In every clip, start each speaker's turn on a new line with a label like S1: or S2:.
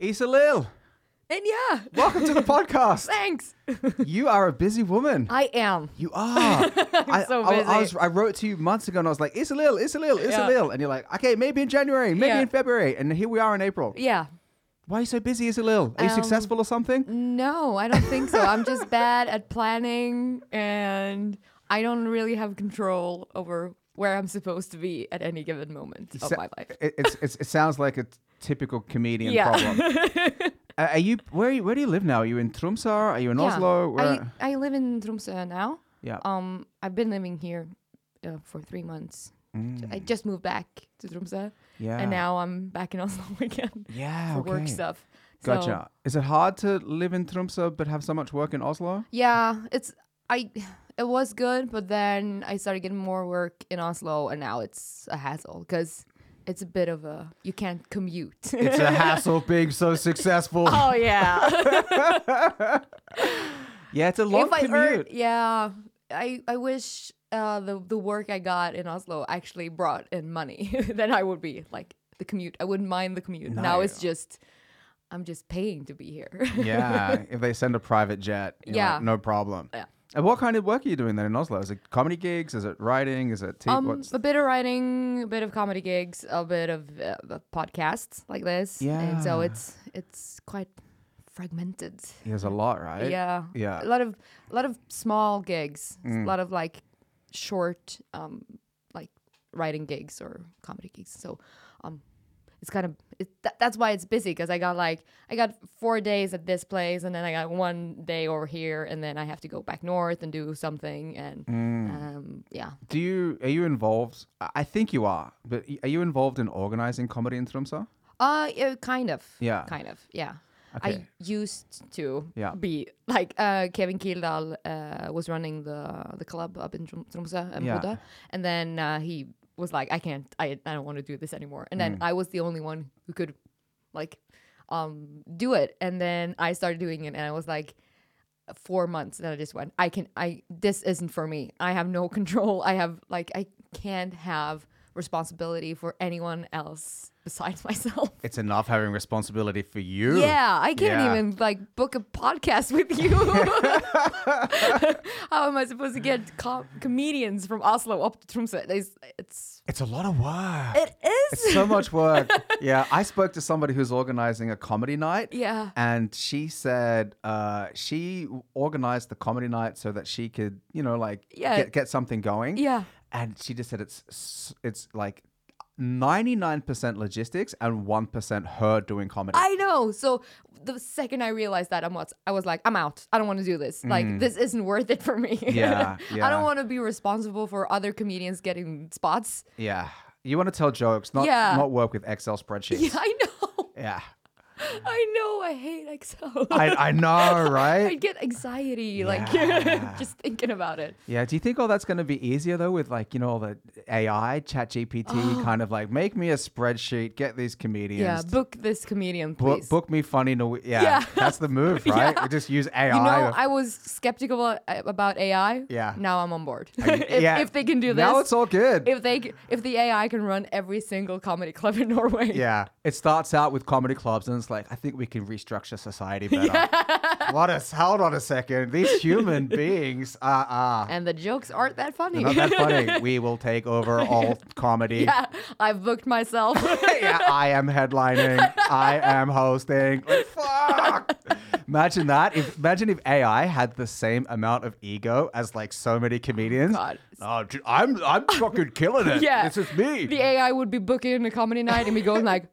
S1: Issa Lil,
S2: And yeah,
S1: welcome to the podcast.
S2: thanks.
S1: You are a busy woman.
S2: I am.
S1: You are. I,
S2: so
S1: I- I
S2: busy.
S1: was- I wrote to you months ago and I was like, it's a little, it's a little, it's
S2: Yeah.
S1: a little. And you're like, okay, maybe in January, maybe
S2: Yeah.
S1: in February. And here we are in April.
S2: Yeah.
S1: Why are you so busy, it's a little? Are you
S2: Um,
S1: successful or something?
S2: No, I don't think so. I'm just bad at planning and I don't really have control over where I'm supposed to be at any given moment of
S1: So-
S2: my life.
S1: It, it's, it's, it sounds like a typical comedian
S2: Yeah.
S1: problem. Uh, are you where, are you, where do you live now? Are you in Tromsø? Are you in Oslo?
S2: I,
S1: Where,
S2: I live in Tromsø now.
S1: yeah.
S2: Um, I've been living here uh, for three months.
S1: Mm,
S2: I just moved back to Tromsø
S1: yeah.
S2: and now I'm back in Oslo again
S1: yeah,
S2: for
S1: okay.
S2: work stuff. So-
S1: Gotcha. Is it hard to live in Tromsø but have so much work in Oslo?
S2: Yeah, it's I it was good, but then I started getting more work in Oslo and now it's a hassle cuz it's a bit of a you can't commute.
S1: It's a hassle being so successful.
S2: oh yeah.
S1: Yeah, it's a long
S2: if I
S1: commute.
S2: earn, yeah, I I wish uh, the the work I got in Oslo actually brought in money. then I would be like the commute. I wouldn't mind the commute. Now it's just I'm just paying to be here.
S1: yeah, if they send a private jet, you're like,
S2: Yeah.
S1: no problem.
S2: Yeah.
S1: And what kind of work are you doing then in Oslo? Is it comedy gigs? Is it writing? Is it TV?
S2: Um,
S1: what's
S2: a bit of writing, a bit of comedy gigs, a bit of uh, uh, podcasts like this. And so
S1: Yeah.
S2: it's it's quite fragmented.
S1: There's a lot, right?
S2: yeah.
S1: yeah.
S2: A lot of a lot of small gigs. A lot of like short um like writing gigs or comedy gigs. So um it's kind of it, tha- that's why it's busy because I got like I got four days at this place and then I got one day over here and then I have to go back north and do something and um yeah
S1: Do you are you involved? I I think you are, but y- are you involved in organizing comedy in Tromsø?
S2: Uh, yeah, kind of.
S1: Yeah.
S2: Kind of. Yeah.
S1: Okay.
S2: I used to
S1: Yeah.
S2: be like uh, Kevin Kildahl uh, was running the the club up in Trom- Tromsø and
S1: Yeah.
S2: Bodø, and then uh, he was like, I can't, I, I don't want to do this anymore. And then I was the only one who could, like, um, do it. And then I started doing it, and I was like, four months, and then I just went, I can, I this isn't for me. I have no control. I have like, I can't have responsibility for anyone else besides myself.
S1: It's enough having responsibility for you.
S2: Yeah, I can't
S1: Yeah.
S2: even like book a podcast with you. How am I supposed to get co- comedians from Oslo up to Tromsø? It's, it's
S1: It's a lot of work.
S2: it is.
S1: so much work. yeah, I spoke to somebody who's organizing a comedy night.
S2: Yeah.
S1: And she said uh, she organized the comedy night so that she could, you know, like
S2: Yeah.
S1: get, get something going.
S2: Yeah.
S1: And she just said it's s- it's like 99% logistics and 1% her doing comedy.
S2: I know. So the second I realized that, I'm what I was like, I'm out. I don't want to do this. Like this isn't worth it for me.
S1: Mm. Yeah,
S2: I
S1: yeah.
S2: don't want to be responsible for other comedians getting spots.
S1: yeah. You want to tell jokes, not
S2: Yeah.
S1: not work with Excel spreadsheets.
S2: Yeah, I know.
S1: Yeah.
S2: I know. I hate Excel.
S1: I, I know,
S2: I
S1: right?
S2: get anxiety,
S1: Yeah.
S2: like just thinking about it.
S1: Yeah. Do you think all that's going to be easier though, with like you know all the AI, Chat GPT, kind of like make me a spreadsheet, get these comedians,
S2: Yeah, book this comedian,
S1: Book,
S2: please.
S1: book me funny. Norwe- yeah,
S2: Yeah.
S1: that's the move,
S2: Yeah.
S1: right? We just use AI.
S2: you know, I was skeptical a- about AI.
S1: Yeah.
S2: Now I'm on board.
S1: you-
S2: if,
S1: yeah.
S2: if they can do this,
S1: now it's all good.
S2: if they c- if the AI can run every single comedy club in Norway.
S1: yeah, it starts out with comedy clubs, and it's like, I think we can restructure society better. What a hold on a second. These human beings are uh,
S2: And the jokes aren't that funny.
S1: not that funny. We will take over all comedy.
S2: yeah, I've booked myself.
S1: yeah, I am headlining. I am hosting. Like, fuck. Imagine that. If imagine if AI had the same amount of ego as like so many comedians.
S2: God.
S1: Oh, dude, I'm I'm fucking killing it.
S2: Yeah.
S1: This is me.
S2: the AI would be booking a comedy night and be going like,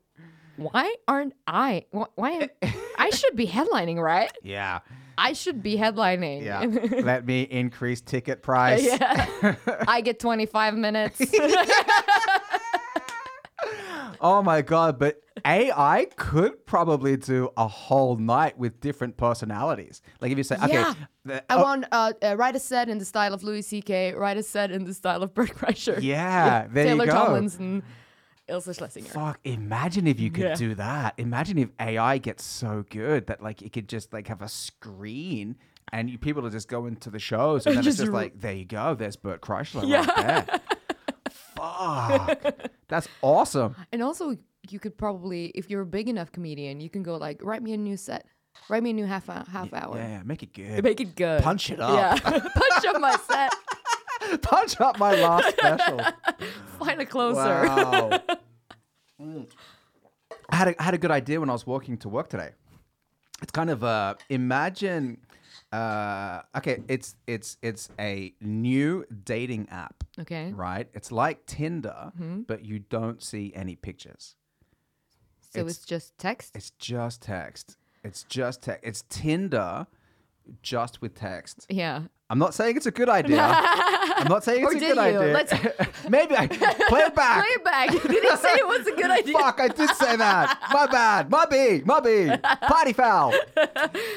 S2: "Why aren't I? wh- Why am, I should be headlining, right?
S1: yeah.
S2: I should be headlining.
S1: Yeah. Let me increase ticket price.
S2: Yeah. I get 25 minutes.
S1: Oh my god, but AI could probably do a whole night with different personalities. Like if you say, okay,
S2: Yeah.
S1: the-
S2: I
S1: oh,
S2: want uh, uh, write a set in the style of Louis C.K. Write a set in the style of Bert Kreischer.
S1: yeah, there
S2: Taylor
S1: you go.
S2: Tomlinson, Ilsa Schlesinger.
S1: Fuck, imagine if you could
S2: Yeah.
S1: do that. Imagine if AI gets so good that like it could just like have a screen and you, people are just going to the shows and then
S2: Just
S1: it's just
S2: r-
S1: like, there you go, there's Bert Kreischer
S2: Yeah.
S1: right there. Fuck. That's awesome.
S2: And also, you could probably, if you're a big enough comedian, you can go like, write me a new set, write me a new half hou- half hour,
S1: Yeah, make it good.
S2: make it good,
S1: Punch it up.
S2: yeah, punch up my set,
S1: Punch up my last special.
S2: find a closer.
S1: Wow. Mm. I had a, I had a good idea when I was walking to work today. It's kind of uh, imagine. Uh, okay, it's it's it's a new dating app,
S2: Okay, Mm-hmm.
S1: right? It's like Tinder, but you don't see any pictures.
S2: so it's, just text.
S1: It's just text. It's just text. It's Tinder, just with text.
S2: yeah,
S1: I'm not saying it's a good idea. I'm not saying it's
S2: Or
S1: a
S2: did
S1: good
S2: you?
S1: idea. Maybe I play it back.
S2: play it back. Did he say it was a good idea?
S1: Fuck, I did say that. My bad. My B. My B. Party foul.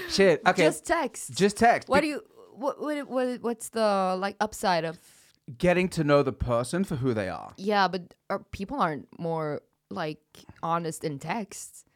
S1: Shit. Okay. Just,
S2: Just text.
S1: text.
S2: what
S1: Be-
S2: do you? What, what what what's the like upside of?
S1: Getting to know the person for who they are.
S2: Yeah, but are, people aren't more like honest in text.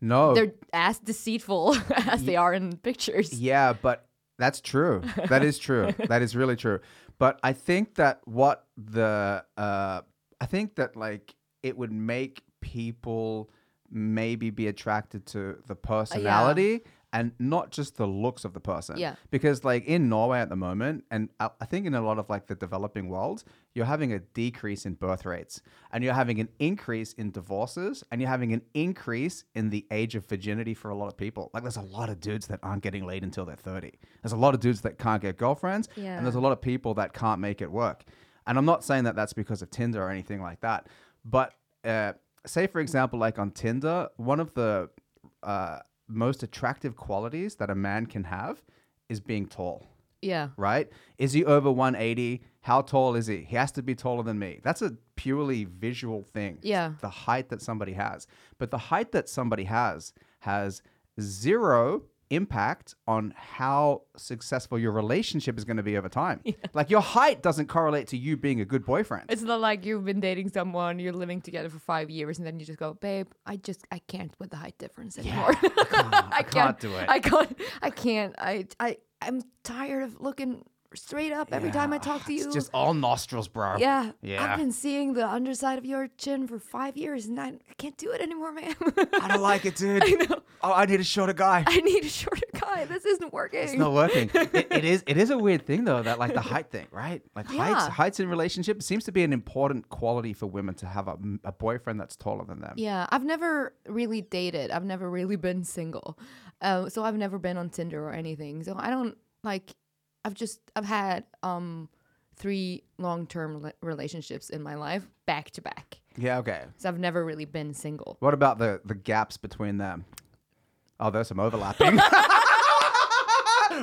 S1: No.
S2: They're as deceitful as they are in pictures.
S1: yeah, but that's true. That is true. that is really true. But I think that what the uh, I think that like it would make people maybe be attracted to the personality and not just the looks of the person.
S2: Yeah.
S1: Because like in Norway at the moment, and I I think in a lot of like the developing world, you're having a decrease in birth rates, and you're having an increase in divorces, and you're having an increase in the age of virginity for a lot of people. Like there's a lot of dudes that aren't getting laid until they're 30. There's a lot of dudes that can't get girlfriends,
S2: Yeah.
S1: and there's a lot of people that can't make it work. And I'm not saying that that's because of Tinder or anything like that, but uh, say for example, like on Tinder, one of the uh, most attractive qualities that a man can have is being tall,
S2: Yeah.
S1: right? Is he over 180? How tall is he? He has to be taller than me. That's a purely visual thing. It's
S2: Yeah.
S1: The height that somebody has. But the height that somebody has has zero impact on how successful your relationship is going to be over time. Like your height doesn't correlate to you being a good boyfriend.
S2: It's not like you've been dating someone, you're living together for five years, and then you just go, babe, I just I can't with the height difference anymore. I
S1: can't do it.
S2: I can't. I can't. I I I'm tired of looking straight up every time I
S1: Yeah.
S2: talk to you.
S1: It's just all nostrils, bro.
S2: yeah,
S1: Yeah.
S2: I've been seeing the underside of your chin for five years, and I, I can't do it anymore, man.
S1: I don't like it, dude. I
S2: know.
S1: Oh, I need a shorter guy.
S2: I need a shorter guy. This isn't working.
S1: It's not working. it, it is. It is a weird thing though that like the height thing, right? Like heights,
S2: Yeah.
S1: heights in relationships seems to be an important quality for women to have a, a boyfriend that's taller than them.
S2: Yeah, I've never really dated. I've never really been single. Uh, so I've never been on Tinder or anything. So I don't like I've just I've had um three long-term le- relationships in my life back to back.
S1: Yeah. Okay.
S2: So I've never really been single.
S1: What about the the gaps between them? Oh, there's some overlapping.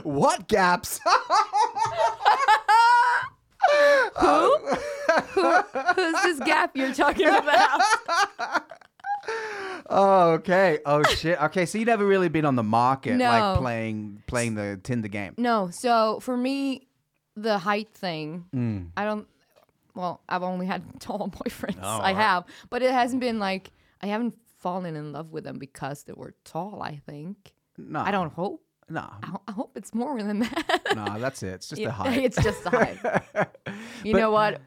S1: what gaps?
S2: Who's this gap you're talking about?
S1: oh, okay. Oh shit. Okay, so you never really been on the market,
S2: No.
S1: like playing playing the Tinder game.
S2: no, so for me the height thing, I don't well, I've only had tall boyfriends.
S1: Oh,
S2: I
S1: I-
S2: have, but it hasn't been like I haven't fallen in love with them because they were tall, I think.
S1: No,
S2: I don't hope.
S1: No,
S2: I ho- I hope it's more than that.
S1: no, that's it. It's just
S2: Yeah,
S1: a height.
S2: It's just the height. You know what?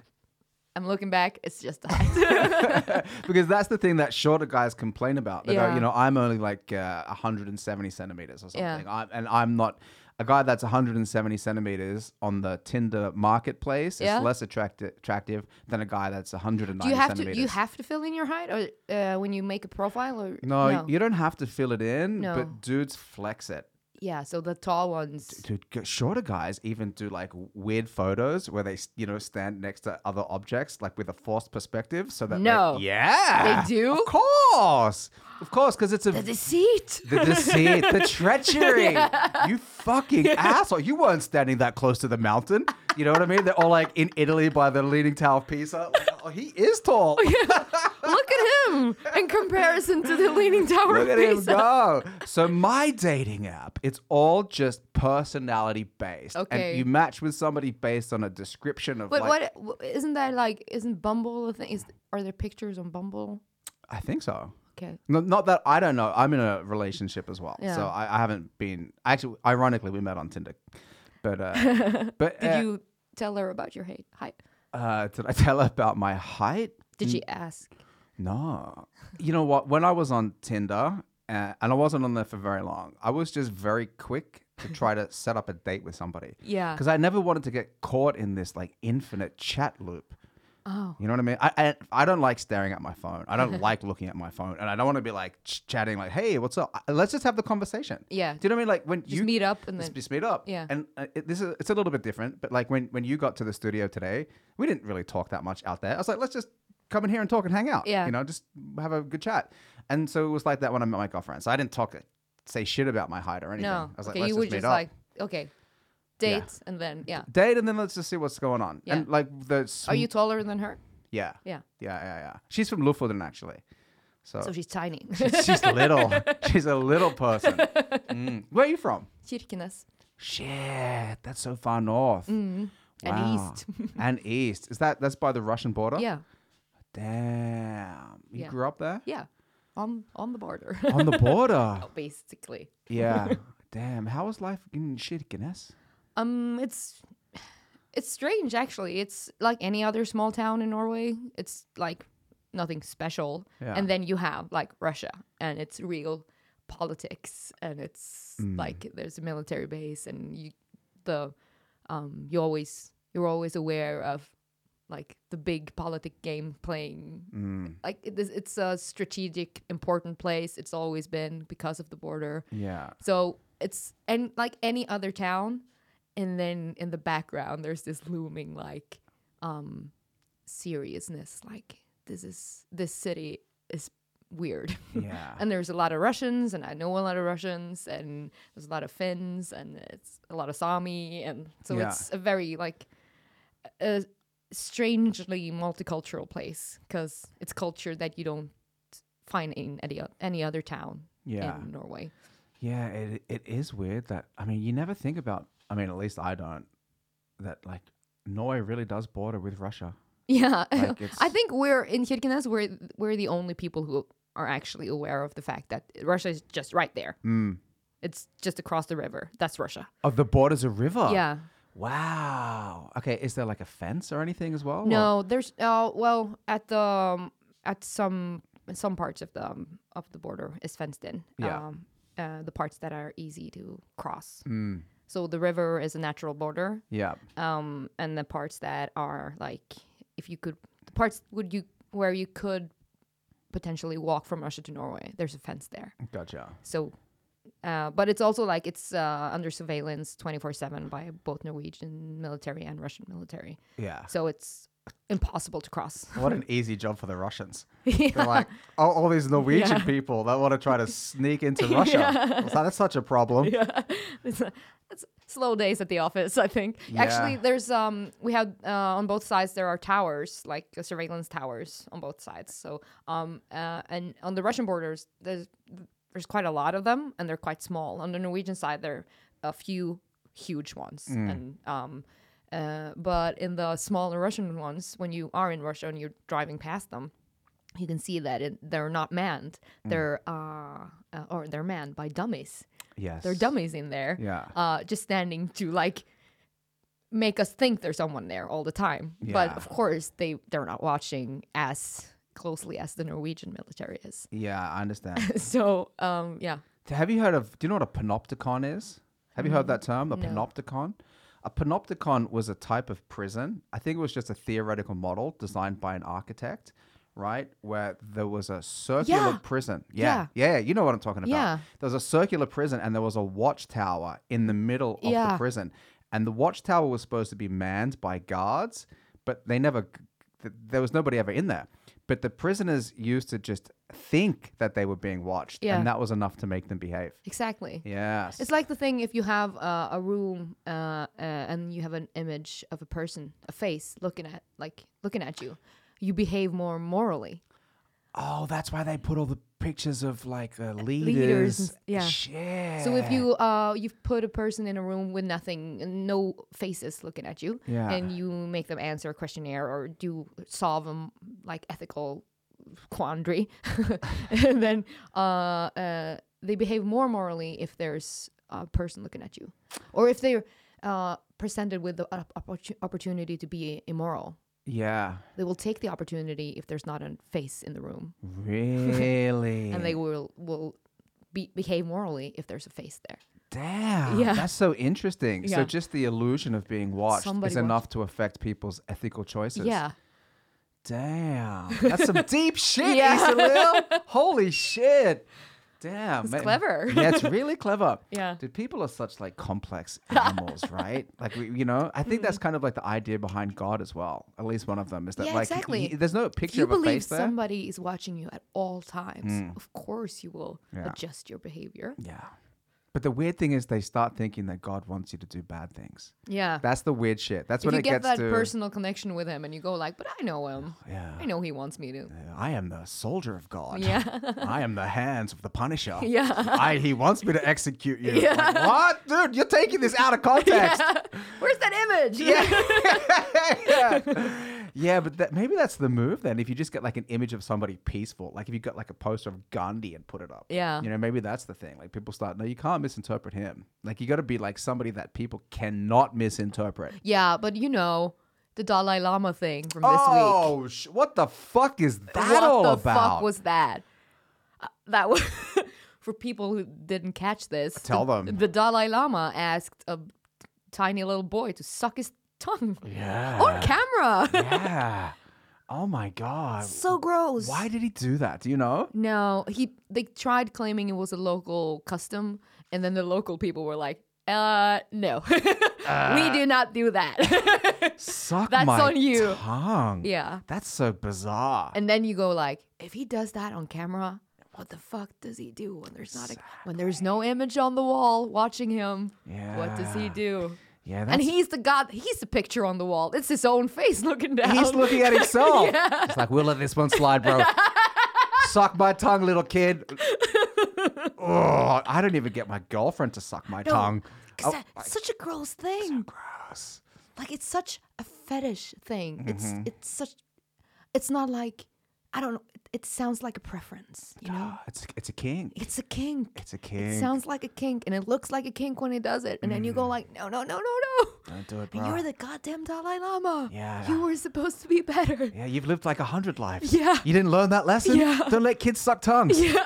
S2: I'm looking back. It's just the height.
S1: because that's the thing that shorter guys complain about. They go,
S2: Yeah.
S1: you know, I'm only like uh, 170 centimeters or something.
S2: Yeah.
S1: I'm, and I'm not a guy that's 170 centimeters on the Tinder marketplace
S2: Yeah.
S1: is less attractive, attractive than a guy that's 190
S2: Do you have to
S1: centimeters.
S2: you have to fill in your height or uh, when you make a profile or
S1: no, you don't have to fill it in,
S2: No.
S1: but dudes flex it.
S2: yeah, so the tall ones.
S1: Dude, g- shorter guys even do like weird photos where they, s- you know, stand next to other objects like with a forced perspective, so that they-
S2: No.
S1: yeah,
S2: They do?
S1: of course, of course, because it's a
S2: The deceit.
S1: The deceit, the treachery. You fucking asshole. You weren't standing that close to the mountain. You know what I mean? They're all like in Italy by the Leaning Tower of Pisa. Like, oh, he is tall.
S2: Look at him in comparison to the leaning tower
S1: Look
S2: of
S1: at him
S2: Pisa.
S1: go. So my dating app, it's all just personality based.
S2: Okay.
S1: And you match with somebody based on a description of
S2: But
S1: like
S2: what what isn't that like? Isn't Bumble a thing? Is are there pictures on Bumble?
S1: I think so.
S2: Okay.
S1: No, not that I don't know. I'm in a relationship as well,
S2: Yeah.
S1: so I, I haven't been. Actually, ironically, we met on Tinder, but uh, but
S2: Did
S1: uh,
S2: you tell her about your height? height?
S1: Uh, did I tell her about my height?
S2: Did she ask?
S1: No. You know what? When I was on Tinder, uh, and I wasn't on there for very long, I was just very quick to try to set up a date with somebody.
S2: Yeah.
S1: Because I never wanted to get caught in this like infinite chat loop.
S2: Oh.
S1: You know what I mean? I, I, I don't like staring at my phone. I don't like looking at my phone. And I don't want to be like ch- chatting, like, hey, what's up? I- Let's just have the conversation.
S2: Yeah.
S1: Do you know what I mean? Like when
S2: Just
S1: you
S2: meet up and
S1: Let's
S2: then
S1: just meet up.
S2: Yeah.
S1: And uh, it, this is it's a little bit different, but like when when you got to the studio today, we didn't really talk that much out there. I was like, let's just come in here and talk and hang out.
S2: Yeah.
S1: You know, just have a good chat. And so it was like that when I met my girlfriend. So I didn't talk say shit about my height or anything.
S2: no.
S1: I was like,
S2: okay,
S1: let's
S2: you
S1: just
S2: would
S1: meet
S2: just
S1: up.
S2: like okay, date and then yeah.
S1: Date and then let's just see what's going on.
S2: Yeah.
S1: And like the sm-
S2: Are you taller than her?
S1: yeah.
S2: Yeah.
S1: Yeah, yeah, yeah. She's from Lofoten actually. So,
S2: So she's tiny.
S1: she's little. She's a little person. Mm. Where are you from?
S2: Kirkenes.
S1: Shit, that's so far north.
S2: Mm, And
S1: Wow.
S2: east.
S1: and east. Is that that's by the Russian border?
S2: Yeah.
S1: Damn. You
S2: Yeah.
S1: grew up there?
S2: Yeah. On on the border.
S1: On the border.
S2: Basically.
S1: yeah. Damn. How was life in Shitkiness?
S2: Um it's it's strange actually. It's like any other small town in Norway. It's like nothing special.
S1: Yeah.
S2: And then you have like Russia and it's real politics and it's like there's a military base and you the um you always you're always aware of like the big politic game playing
S1: Mm.
S2: like it is, it's a strategic important place it's always been because of the border
S1: Yeah.
S2: so it's and like any other town and then in the background there's this looming like um seriousness like this is this city is weird
S1: Yeah.
S2: and there's a lot of russians and i know a lot of russians and there's a lot of finns and it's a lot of sami and so
S1: Yeah.
S2: it's a very like a strangely multicultural place because it's culture that you don't find in any, o- any other town
S1: Yeah.
S2: in norway
S1: Yeah, it it is weird that I mean, you never think about I mean, at least I don't that like Norway really does border with Russia.
S2: Yeah,
S1: Like, it's-
S2: I think we're in Kirkenes. We're we're the only people who are actually aware of the fact that Russia is just right there.
S1: Mm.
S2: It's just across the river. That's Russia.
S1: Oh, the border's a river.
S2: yeah.
S1: Wow. Okay, is there like a fence or anything as well? or-
S2: No, there's uh well at the um, at some some parts of the um, of the border is fenced in.
S1: Yeah.
S2: Um, uh, the parts that are easy to cross.
S1: Mm.
S2: So the river is a natural border,
S1: Yeah.
S2: um, and the parts that are like if you could the parts would you where you could potentially walk from Russia to Norway. There's a fence there.
S1: Gotcha.
S2: So, uh, but it's also like it's uh, under surveillance 24 7 by both Norwegian military and Russian military.
S1: Yeah.
S2: So it's impossible to cross.
S1: What an easy job for the Russians. They're
S2: yeah.
S1: like, oh, all these Norwegian
S2: Yeah.
S1: people that want to try to sneak into Russia. It's like, That's such a problem.
S2: it's, it's slow days at the office, I think. Actually,
S1: Yeah.
S2: there's, um, we have uh, on both sides, there are towers, like uh, surveillance towers on both sides. So, um, uh, and on the Russian borders, there's, there's quite a lot of them and they're quite small. On the Norwegian side, there are a few huge ones. And, um, uh, but in the smaller Russian ones, when you are in Russia and you're driving past them, you can see that it, they're not manned. They're uh, uh, or they're manned by dummies.
S1: Yes.
S2: There are dummies in there.
S1: Yeah.
S2: Uh, just standing to like make us think there's someone there all the time. But
S1: Yeah.
S2: of course they they're not watching as closely as the Norwegian military is.
S1: Yeah, I understand.
S2: So um yeah.
S1: Have you heard of, do you know what a panopticon is? Have you heard that term, the
S2: no.
S1: panopticon? A panopticon was a type of prison. I think it was just a theoretical model designed by an architect, right? Where there was a circular
S2: Yeah.
S1: prison. Yeah. yeah. You know what I'm talking about.
S2: Yeah.
S1: There was a circular prison and there was a watchtower in the middle of the
S2: Yeah.
S1: prison. And the watchtower was supposed to be manned by guards, but they never, th- there was nobody ever in there. But the prisoners used to just think that they were being watched,
S2: Yeah.
S1: and that was enough to make them behave.
S2: Exactly.
S1: Yes.
S2: It's like the thing if you have uh, a room uh, uh, and you have an image of a person, a face looking at like looking at you, you behave more morally.
S1: oh, that's why they put all the pictures of like uh, leaders.
S2: and- yeah.
S1: Shit.
S2: So if you uh you put a person in a room with nothing, no faces looking at you,
S1: Yeah.
S2: and you make them answer a questionnaire or do solve them like ethical quandary, and then uh, uh they behave more morally if there's a person looking at you, or if they're uh presented with the op- opportu- opportunity to be immoral.
S1: Yeah.
S2: They will take the opportunity if there's not a face in the room,
S1: Really?
S2: and they will will be, behave morally if there's a face there.
S1: Damn.
S2: Yeah.
S1: That's so interesting. So
S2: Yeah.
S1: just the illusion of being watched
S2: Somebody
S1: is enough to affect people's ethical choices.
S2: yeah,
S1: Damn. That's some deep shit,
S2: Yeah.
S1: Issa Lil. Holy shit. Damn. It's
S2: clever.
S1: yeah, it's really clever.
S2: Yeah.
S1: Dude, people are such like complex animals, right? Like, we- you know, I think that's kind of like the idea behind God as well. At least one of them is that
S2: Mm. Yeah,
S1: like, he-
S2: exactly.
S1: he- there's no
S2: if
S1: picture
S2: you
S1: of a
S2: believe
S1: face there. Mm.
S2: somebody is watching you at all times, of course you will
S1: Yeah.
S2: adjust your behavior.
S1: Yeah. But the weird thing is they start thinking that God wants you to do bad things.
S2: Yeah.
S1: That's the weird shit. That's
S2: if
S1: when
S2: you
S1: it
S2: get
S1: gets
S2: that
S1: to
S2: personal connection with him and you go like, but I know him.
S1: Yeah.
S2: I know he wants me to.
S1: I am the soldier of God.
S2: Yeah.
S1: I am the hands of the Punisher.
S2: Yeah.
S1: I, he wants me to execute you.
S2: Yeah.
S1: Like, what? Dude, you're taking this out of context.
S2: Where's that image?
S1: Yeah. yeah. but that, maybe that's the move then. If you just get like an image of somebody peaceful, like if you got like a poster of Gandhi and put it up.
S2: Yeah.
S1: You know, maybe that's the thing. Like people start, no, you can't misinterpret him. Like you got to be like somebody that people cannot misinterpret.
S2: Yeah, but you know, the Dalai Lama thing from this week.
S1: oh, sh- what the fuck is that
S2: what
S1: all
S2: the
S1: about?
S2: fuck was that? Uh, that was for people who didn't catch this.
S1: Tell
S2: the-
S1: them.
S2: The Dalai Lama asked a tiny little boy to suck his tongue
S1: yeah.
S2: on camera.
S1: yeah. Oh my god.
S2: so gross.
S1: Why did he do that? Do you know?
S2: No, he they tried claiming it was a local custom, and then the local people were like, "Uh, no, we
S1: Uh.
S2: do not do that."
S1: Suck
S2: That's
S1: my
S2: on you.
S1: tongue.
S2: yeah,
S1: That's so bizarre.
S2: and then you go like, if he does that on camera, what the fuck does he do when there's not a, when there's no image on the wall watching him?
S1: yeah.
S2: What does he do?
S1: Yeah, Ah. that's
S2: And he's the god. He's the picture on the wall. It's his own face looking down.
S1: He's looking at himself. It's like, we'll let this one slide, bro. suck my tongue, little kid. oh, I don't even get my girlfriend to suck my tongue.
S2: Cause
S1: Oh,
S2: that- such a gross thing.
S1: gross.
S2: like it's such a fetish thing. It's
S1: Mm-hmm.
S2: it's such it's not like I don't know. It, it sounds like a preference, you know.
S1: Ah, It's it's a king.
S2: It's a kink.
S1: It's a king.
S2: It sounds like a kink, and it looks like a kink when he does it, and then
S1: Mm-hmm.
S2: you go like, no, no, no, no, no.
S1: don't do it,
S2: And
S1: bro.
S2: you're the goddamn Dalai Lama.
S1: Yeah.
S2: You were supposed to be better.
S1: yeah, you've lived like a hundred lives.
S2: Yeah.
S1: You didn't learn that lesson?
S2: Yeah.
S1: Don't let kids suck tongues.
S2: Yeah.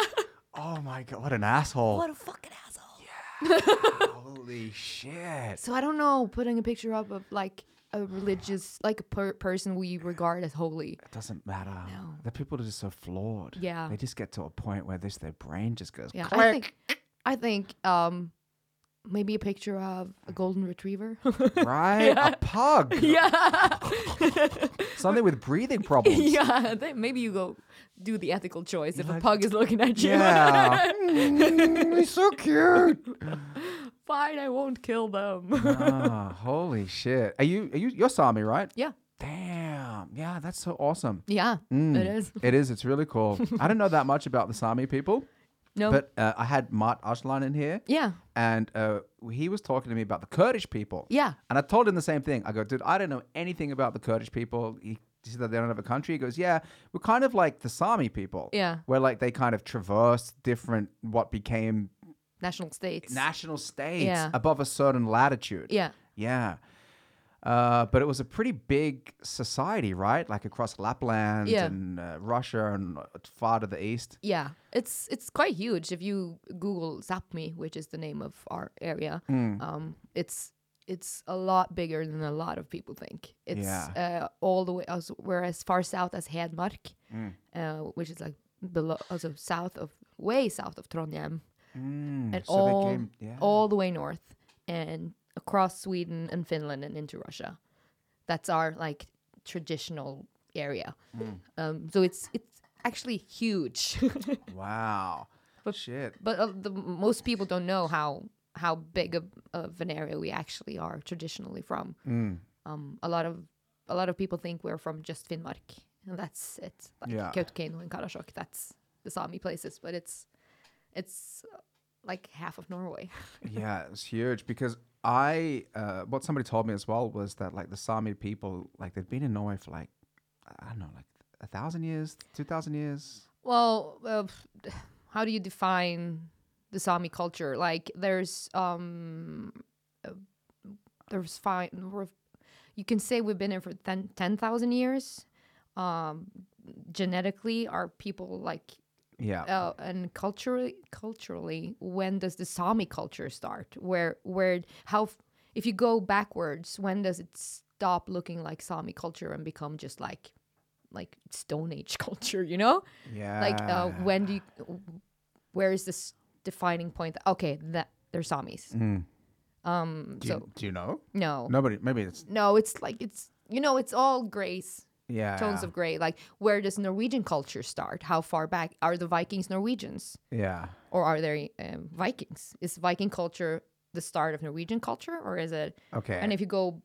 S1: Oh my god, what an asshole.
S2: What a fucking asshole.
S1: Holy shit.
S2: So I don't know. Putting a picture up of like a religious, like a per- person we regard as holy.
S1: It doesn't matter.
S2: No.
S1: The people are just so flawed.
S2: Yeah.
S1: They just get to a point where this their brain just goes
S2: Yeah,
S1: click.
S2: I think I think um maybe a picture of a golden retriever.
S1: right? A pug.
S2: yeah.
S1: Something with breathing problems.
S2: yeah, then maybe you go do the ethical choice if a
S1: Like-
S2: pug is looking at you.
S1: Yeah. Mm, he's so cute.
S2: Fine, I won't kill them.
S1: Ah, holy shit. Are you are you you're Sami, right?
S2: yeah.
S1: Damn. Yeah, that's so awesome. Mm.
S2: Yeah.
S1: Hmm.
S2: It is.
S1: It is. It's really cool. I don't know that much about the Sami people,
S2: No.
S1: but uh, I had Mart Ashlan in here.
S2: yeah.
S1: And uh, he was talking to me about the Kurdish people.
S2: Yeah.
S1: And I told him the same thing. I go, dude, I don't know anything about the Kurdish people. He he said that they don't have a country. He goes, yeah, we're kind of like the Sami people.
S2: Yeah.
S1: Where like they kind of traversed different, what became
S2: National states.
S1: national states
S2: Yeah.
S1: above a certain latitude.
S2: yeah.
S1: Yeah. Uh, but it was a pretty big society, right? Like across Lapland
S2: Yeah.
S1: and uh, Russia and uh, far to the east.
S2: Yeah. It's it's quite huge. If you Google Sapmi, which is the name of our area, um, it's it's a lot bigger than a lot of people think. It's uh, all the way as we're as far south as Hedmark, uh, which is like below also south of way south of Trondheim,
S1: Mm,
S2: and
S1: so they
S2: all
S1: came- yeah.
S2: all the way north and across Sweden and Finland and into Russia. That's our like traditional area. Um, so it's it's actually huge.
S1: Wow. Shit.
S2: but uh, the, most people don't know how how big of, of an area we actually are traditionally from. Um, a lot of a lot of people think we're from just Finnmark, and that's it. Like
S1: Yeah.
S2: Kautokeino and Karasjok, that's the Sami places, but it's it's uh, like half of Norway.
S1: yeah, it's huge because I uh, what somebody told me as well was that like the Sami people like they've been in Norway for like I don't know like a thousand years, two thousand years.
S2: Well, uh, pff, how do you define the Sami culture? Like, there's um, uh, there's fine. you can say we've been here for 10 10,000 years. Um, genetically, are people like
S1: Yeah.
S2: uh, and culturally culturally when does the Sami culture start where where how f- if you go backwards when does it stop looking like Sami culture and become just like like stone age culture you know
S1: yeah.
S2: like uh,
S1: Ah.
S2: when do you where is this defining point okay that they're Samis um
S1: Mm. do you,
S2: so
S1: do you know?
S2: no
S1: Nobody. Maybe it's
S2: no it's like it's you know it's all grace
S1: yeah.
S2: tones of gray like where does Norwegian culture start how far back are the Vikings Norwegians
S1: yeah.
S2: or are there um, Vikings? Is Viking culture the start of Norwegian culture, or is it?
S1: Okay.
S2: And if you go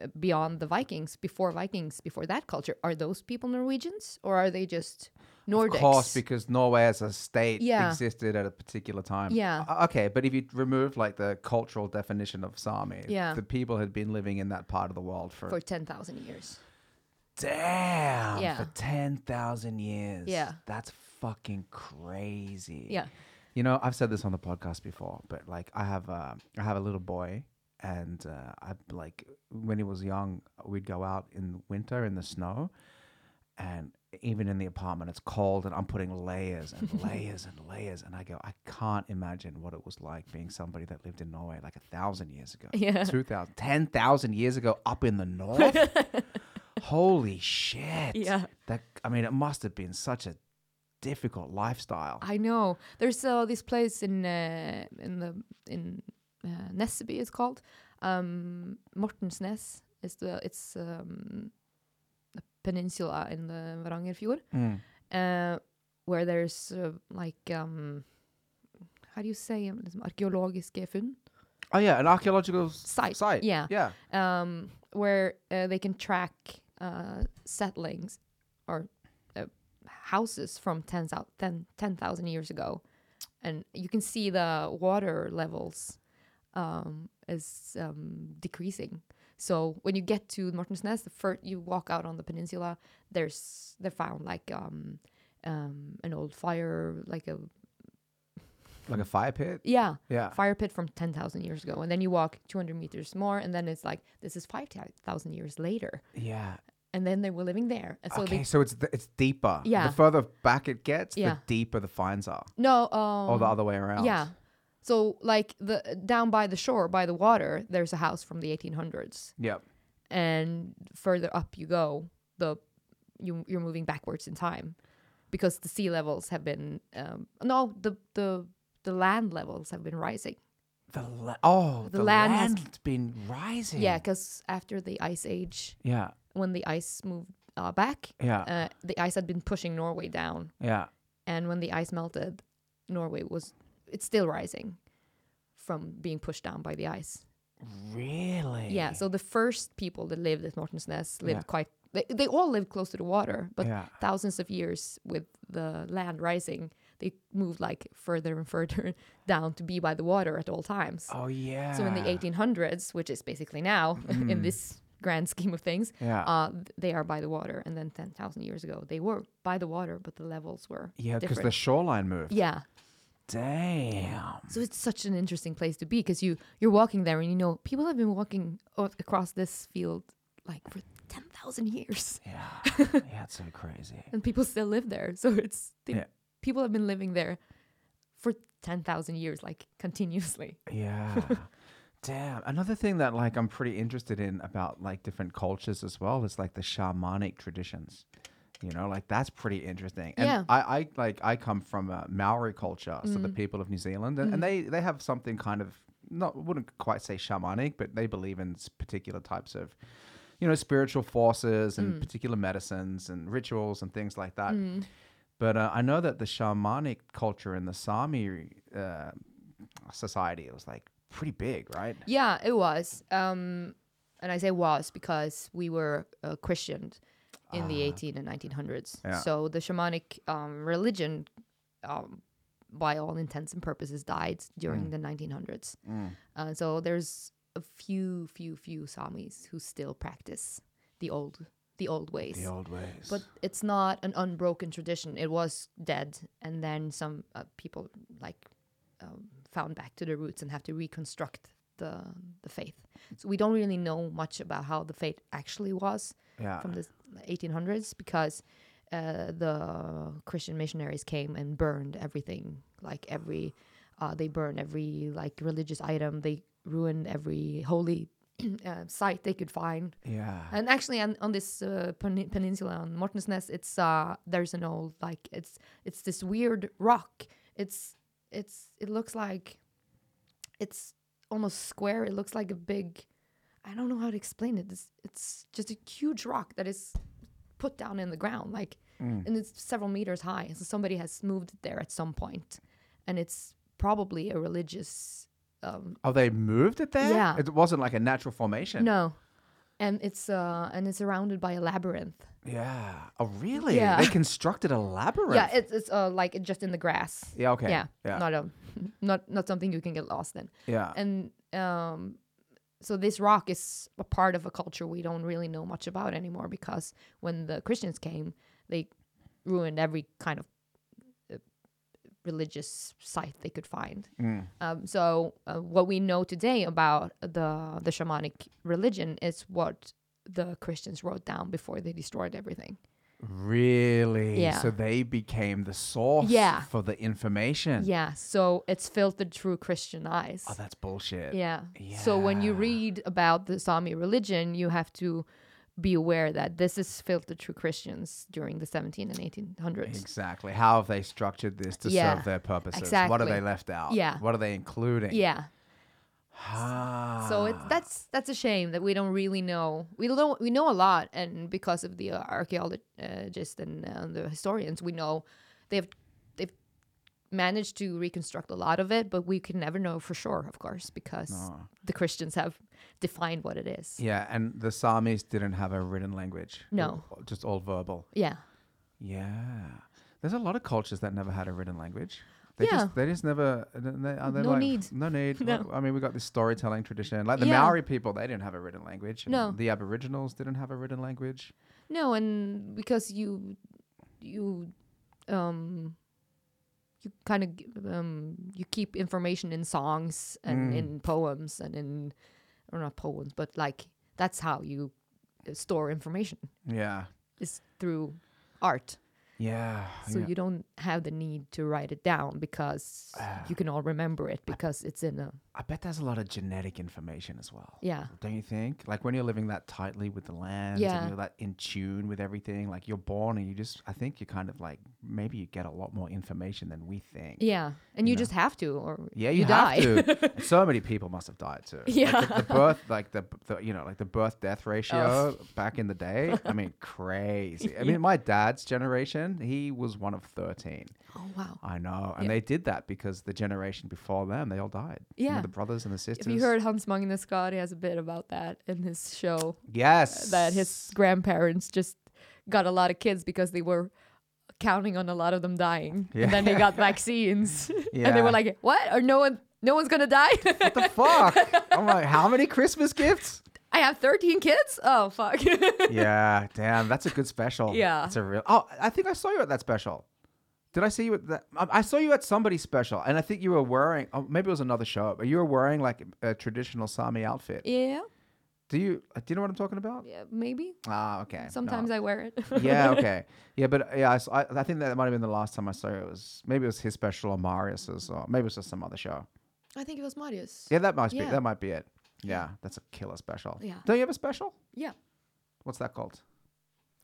S2: uh, beyond the Vikings, before Vikings, before that culture, are those people Norwegians, or are they just Nordics?
S1: Of course, because Norway as a state
S2: Yeah.
S1: existed at a particular time.
S2: Yeah.
S1: O- Okay, but if you remove like the cultural definition of Sami,
S2: Yeah.
S1: the people had been living in that part of the world for,
S2: for ten thousand years.
S1: damn
S2: Yeah.
S1: for ten thousand years.
S2: Yeah.
S1: that's fucking crazy.
S2: Yeah.
S1: You know, I've said this on the podcast before, but like I have a, I have a little boy, and uh, I like when he was young, we'd go out in winter in the snow, and even in the apartment, it's cold, and I'm putting layers and layers and layers, and I go, I can't imagine what it was like being somebody that lived in Norway like a thousand years ago,
S2: Yeah.
S1: two thousand, ten thousand years ago, up in the north. Holy shit!
S2: Yeah.
S1: that I mean, it must have been such a difficult lifestyle.
S2: I know. There's uh, this place in uh, in the in uh, Nesseby. It's called um, Mortensnes. It's the it's um, a peninsula in the Varangerfjord.
S1: Mm.
S2: uh, where there's uh, like um, how do you say um, liksom arkeologiske funn
S1: Oh yeah, an archaeological s-
S2: site,
S1: site.
S2: yeah,
S1: Yeah.
S2: um, where uh, they can track uh, settlings or uh, houses from 10,000 10, 10,000 years ago, and you can see the water levels um, is um, decreasing. So when you get to Mortensnes, the first you walk out on the peninsula, there's they found like um, um, an old fire, like a
S1: Like a fire pit.
S2: yeah,
S1: Yeah.
S2: fire pit from 10,000 years ago. And then you walk 200 meters more, and then it's like, this is 5,000 years later.
S1: Yeah.
S2: And then they were living there. And so
S1: okay,
S2: they,
S1: so it's th- it's deeper.
S2: Yeah.
S1: The further back it gets,
S2: Yeah.
S1: the deeper the finds are,
S2: no, um,
S1: or Oh, the other way around.
S2: yeah. So like the down by the shore, by the water, there's a house from the 1800s,
S1: Yep.
S2: and further up you go, the you you're moving backwards in time, because the sea levels have been um, no the the the land levels have been rising.
S1: The la- oh, the,
S2: The
S1: land
S2: land has-
S1: has been rising.
S2: Yeah, because after the ice age,
S1: Yeah.
S2: when the ice moved uh, back,
S1: Yeah.
S2: uh, the ice had been pushing Norway down,
S1: yeah.
S2: and when the ice melted, Norway was it's still rising from being pushed down by the ice.
S1: Really.
S2: Yeah, so the first people that lived at Mortensnes lived
S1: Yeah.
S2: quite. They, they all lived close to the water, but
S1: Yeah.
S2: thousands of years with the land rising, they moved like further and further down to be by the water at all times.
S1: Oh yeah.
S2: So in the 1800s, which is basically now in this grand scheme of things,
S1: Mm. Yeah.
S2: uh, th- they are by the water. And then 10,000 years ago, they were by the water, but the levels were
S1: yeah, because
S2: different.
S1: the shoreline moved.
S2: yeah.
S1: Damn.
S2: So it's such an interesting place to be because you you're walking there and you know people have been walking o- across this field like for 10,000 years
S1: Yeah. yeah, it's so crazy.
S2: and people still live there. So it's they,
S1: Yeah.
S2: people have been living there for 10,000 years like continuously.
S1: Yeah. Damn. Another thing that like I'm pretty interested in about like different cultures as well is like the shamanic traditions. You know, like that's pretty interesting. And
S2: Yeah.
S1: I, I like I come from a Maori culture, so the people of New Zealand, and, and they they have something kind of not wouldn't quite say shamanic, but they believe in s- particular types of you know spiritual forces and particular medicines and rituals and things like that. But uh, I know that the shamanic culture in the Sami uh, society was like pretty big, right?
S2: Yeah, it was. Um, and I say was because we were uh, Christianed in the 18 and 1900s.
S1: Ah. Yeah.
S2: So the shamanic um, religion, um, by all intents and purposes, died during
S1: Mm.
S2: the 1900s. Uh, so there's a few, few, few Samis who still practice the old, the old ways.
S1: The old ways.
S2: But it's not an unbroken tradition. It was dead, and then some uh, people like um, found back to the roots and have to reconstruct the the faith. So we don't really know much about how the faith actually was
S1: Yeah.
S2: from the 1800s because uh, the Christian missionaries came and burned everything. Like every, uh, they burned every like religious item. They ruined every holy uh, site they could find.
S1: yeah.
S2: And actually, on, on this uh, pen- peninsula on Mortensness, it's uh, there's an old like it's it's this weird rock. It's it's it looks like it's almost square. It looks like a big. I don't know how to explain it. It's it's just a huge rock that is put down in the ground, like, and it's several meters high. So somebody has moved it there at some point, and it's probably a religious. Um,
S1: Oh, they moved it there?
S2: Yeah.
S1: It wasn't like a natural formation.
S2: no, and it's uh and it's surrounded by a labyrinth.
S1: Yeah. Oh, really?
S2: Yeah.
S1: They constructed a labyrinth.
S2: Yeah, it's it's uh, like just in the grass.
S1: Yeah, okay.
S2: Yeah,
S1: Yeah. Uh.
S2: not a not not something you can get lost in.
S1: yeah.
S2: And um, so this rock is a part of a culture we don't really know much about anymore because when the Christians came, they ruined every kind of uh, religious site they could find.
S1: Mm.
S2: Um, so uh, what we know today about the the shamanic religion is what the Christians wrote down before they destroyed everything.
S1: Really?
S2: Yeah.
S1: So they became the source
S2: Yeah.
S1: for the information.
S2: Yeah, so it's filtered through Christian eyes.
S1: Oh, that's bullshit.
S2: Yeah. So when you
S1: Yeah.
S2: read about the Sami religion, you have to be aware that this is filtered through Christians during the 17 and 1800s.
S1: Exactly. How have they structured this to
S2: Yeah,
S1: serve their purposes? What are
S2: exactly.
S1: they left out?
S2: Yeah.
S1: What are they including?
S2: Yeah.
S1: Ah.
S2: So it's that's that's a shame that we don't really know. We don't we know a lot, and because of the uh, archaeologists and uh, the historians, we know they've they've managed to reconstruct a lot of it, but we can never know for sure, of course, because
S1: No.
S2: the Christians have defined what it is.
S1: Yeah, and the Samis didn't have a written language. It
S2: No.
S1: was Just all verbal.
S2: yeah.
S1: Yeah. There's a lot of cultures that never had a written language. They
S2: Yeah.
S1: just they just never they, are
S2: No
S1: like,
S2: need.
S1: No need.
S2: No.
S1: I mean we got this storytelling tradition. Like the
S2: Yeah.
S1: Maori people, they didn't have a written language. and
S2: No.
S1: The Aboriginals didn't have a written language.
S2: No, and because you, you, um, you kind of um, you keep information in songs and
S1: Mm.
S2: in poems and in, or not poems, but like that's how you uh, store information
S1: Yeah.
S2: is through art.
S1: Yeah.
S2: So
S1: yeah.
S2: you don't have the need to write it down because you can all remember it because it's in a
S1: I bet there's a lot of genetic information as well.
S2: yeah
S1: Don't you think? Like when you're living that tightly with the land
S2: Yeah.
S1: and you're that in tune with everything, like you're born and you just I think you kind of like maybe you get a lot more information than we think.
S2: yeah, and you
S1: No.
S2: just have to or
S1: Yeah, you,
S2: die.
S1: have to. so many people must have died too. Like,
S2: Yeah.
S1: the, the birth, like the, the you know, like the birth death ratio back in the day. I mean, crazy. I mean, my dad's generation, he was one of thirteen.
S2: oh wow.
S1: I know, and
S2: Yeah.
S1: they did that because the generation before them, they all died. You know,
S2: Yeah.
S1: the brothers and the sisters.
S2: Have you heard Hans Magnus God? He has a bit about that in his show.
S1: Yes.
S2: that his grandparents just got a lot of kids because they were counting on a lot of them dying. And then they got vaccines. and they
S1: Yeah.
S2: were like, What? Or no one no one's gonna die?
S1: What the fuck? I'm like, how many Christmas gifts?
S2: I have thirteen kids? Oh fuck.
S1: yeah, damn, that's a good special.
S2: Yeah.
S1: it's a real. Oh, I think I saw you at that special. Did I see you at that? I I saw you at somebody's special, and I think you were wearing. Oh, maybe it was another show, but you were wearing like a traditional Sami outfit.
S2: yeah,
S1: Do you uh, do you know what I'm talking about?
S2: yeah, maybe.
S1: Ah, okay.
S2: Sometimes I wear it.
S1: yeah, okay. Yeah, but uh, yeah, I, s- I- I think that might have been the last time I saw you. It was maybe it was his special or Marius's, or maybe it was just some other show.
S2: I think it was Marius.
S1: Yeah, that might
S2: Yeah.
S1: be that might be it. Yeah, that's a killer special.
S2: Yeah.
S1: Don't you have a special?
S2: Yeah.
S1: What's that called?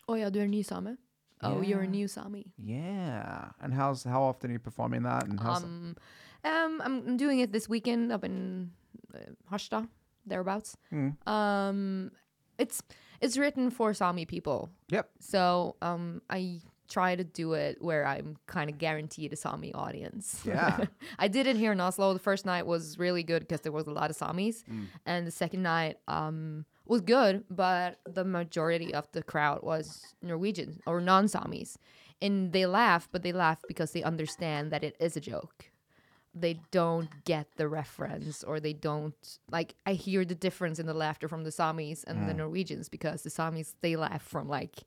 S2: Oh yeah, they're new Sami. Oh, you're a
S1: Yeah.
S2: new Sami.
S1: Yeah. And how's how often are you performing that? And how's
S2: Um, um, I'm I'm doing it this weekend up in uh, Harstad, thereabouts.
S1: Mm.
S2: Um, it's it's written for Sami people,
S1: Yep.
S2: so um, I try to do it where I'm kind of guaranteed a Sami audience.
S1: Yeah.
S2: I did it here in Oslo. The first night was really good because there was a lot of Samis, and the second night um was good, but the majority of the crowd was Norwegian or non-Samis, and they laugh, but they laugh because they understand that it is a joke they don't get the reference or they don't like I hear the difference in the laughter from the Samis and the Norwegians because the Samis they laugh from like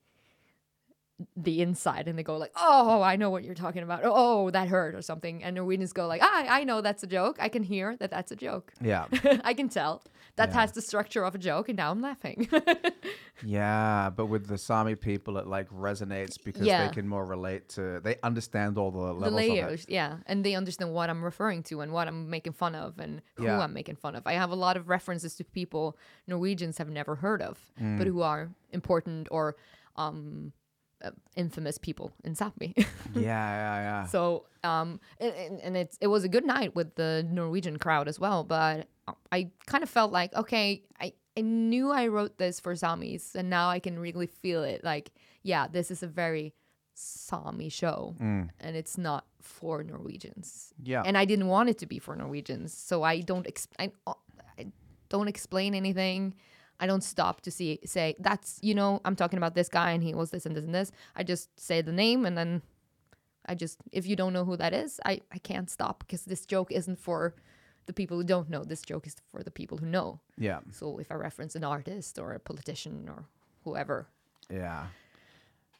S2: the inside and they go like, "Oh, I know what you're talking about. Oh, that hurt or something." And Norwegians go like, "I I know that's a joke. I can hear that that's a joke.
S1: Yeah.
S2: I can tell. That
S1: Yeah.
S2: has the structure of a joke and now I'm laughing."
S1: Yeah, but with the Sami people, it like resonates because
S2: Yeah.
S1: they can more relate to. They understand all the levels
S2: the
S1: of it.
S2: layers, yeah, and they understand what I'm referring to and what I'm making fun of and who
S1: Yeah.
S2: I'm making fun of. I have a lot of references to people Norwegians have never heard of,
S1: Mm.
S2: but who are important or um uh, infamous people in Sápmi.
S1: Yeah, yeah, yeah.
S2: So, um, and- and, and it's, it was a good night with the Norwegian crowd as well, but I kind of felt like, okay, I, I knew I wrote this for Samis and now I can really feel it. Like, yeah, this is a very Sami show and it's not for Norwegians.
S1: Yeah.
S2: And I didn't want it to be for Norwegians. So I don't, ex- I, uh, I don't explain anything. I don't stop to see, say that's, you know, I'm talking about this guy and he was this and this and this. I just say the name and then I just if you don't know who that is, I I can't stop because this joke isn't for the people who don't know. This joke is for the people who know.
S1: yeah,
S2: So if I reference an artist or a politician or whoever.
S1: yeah,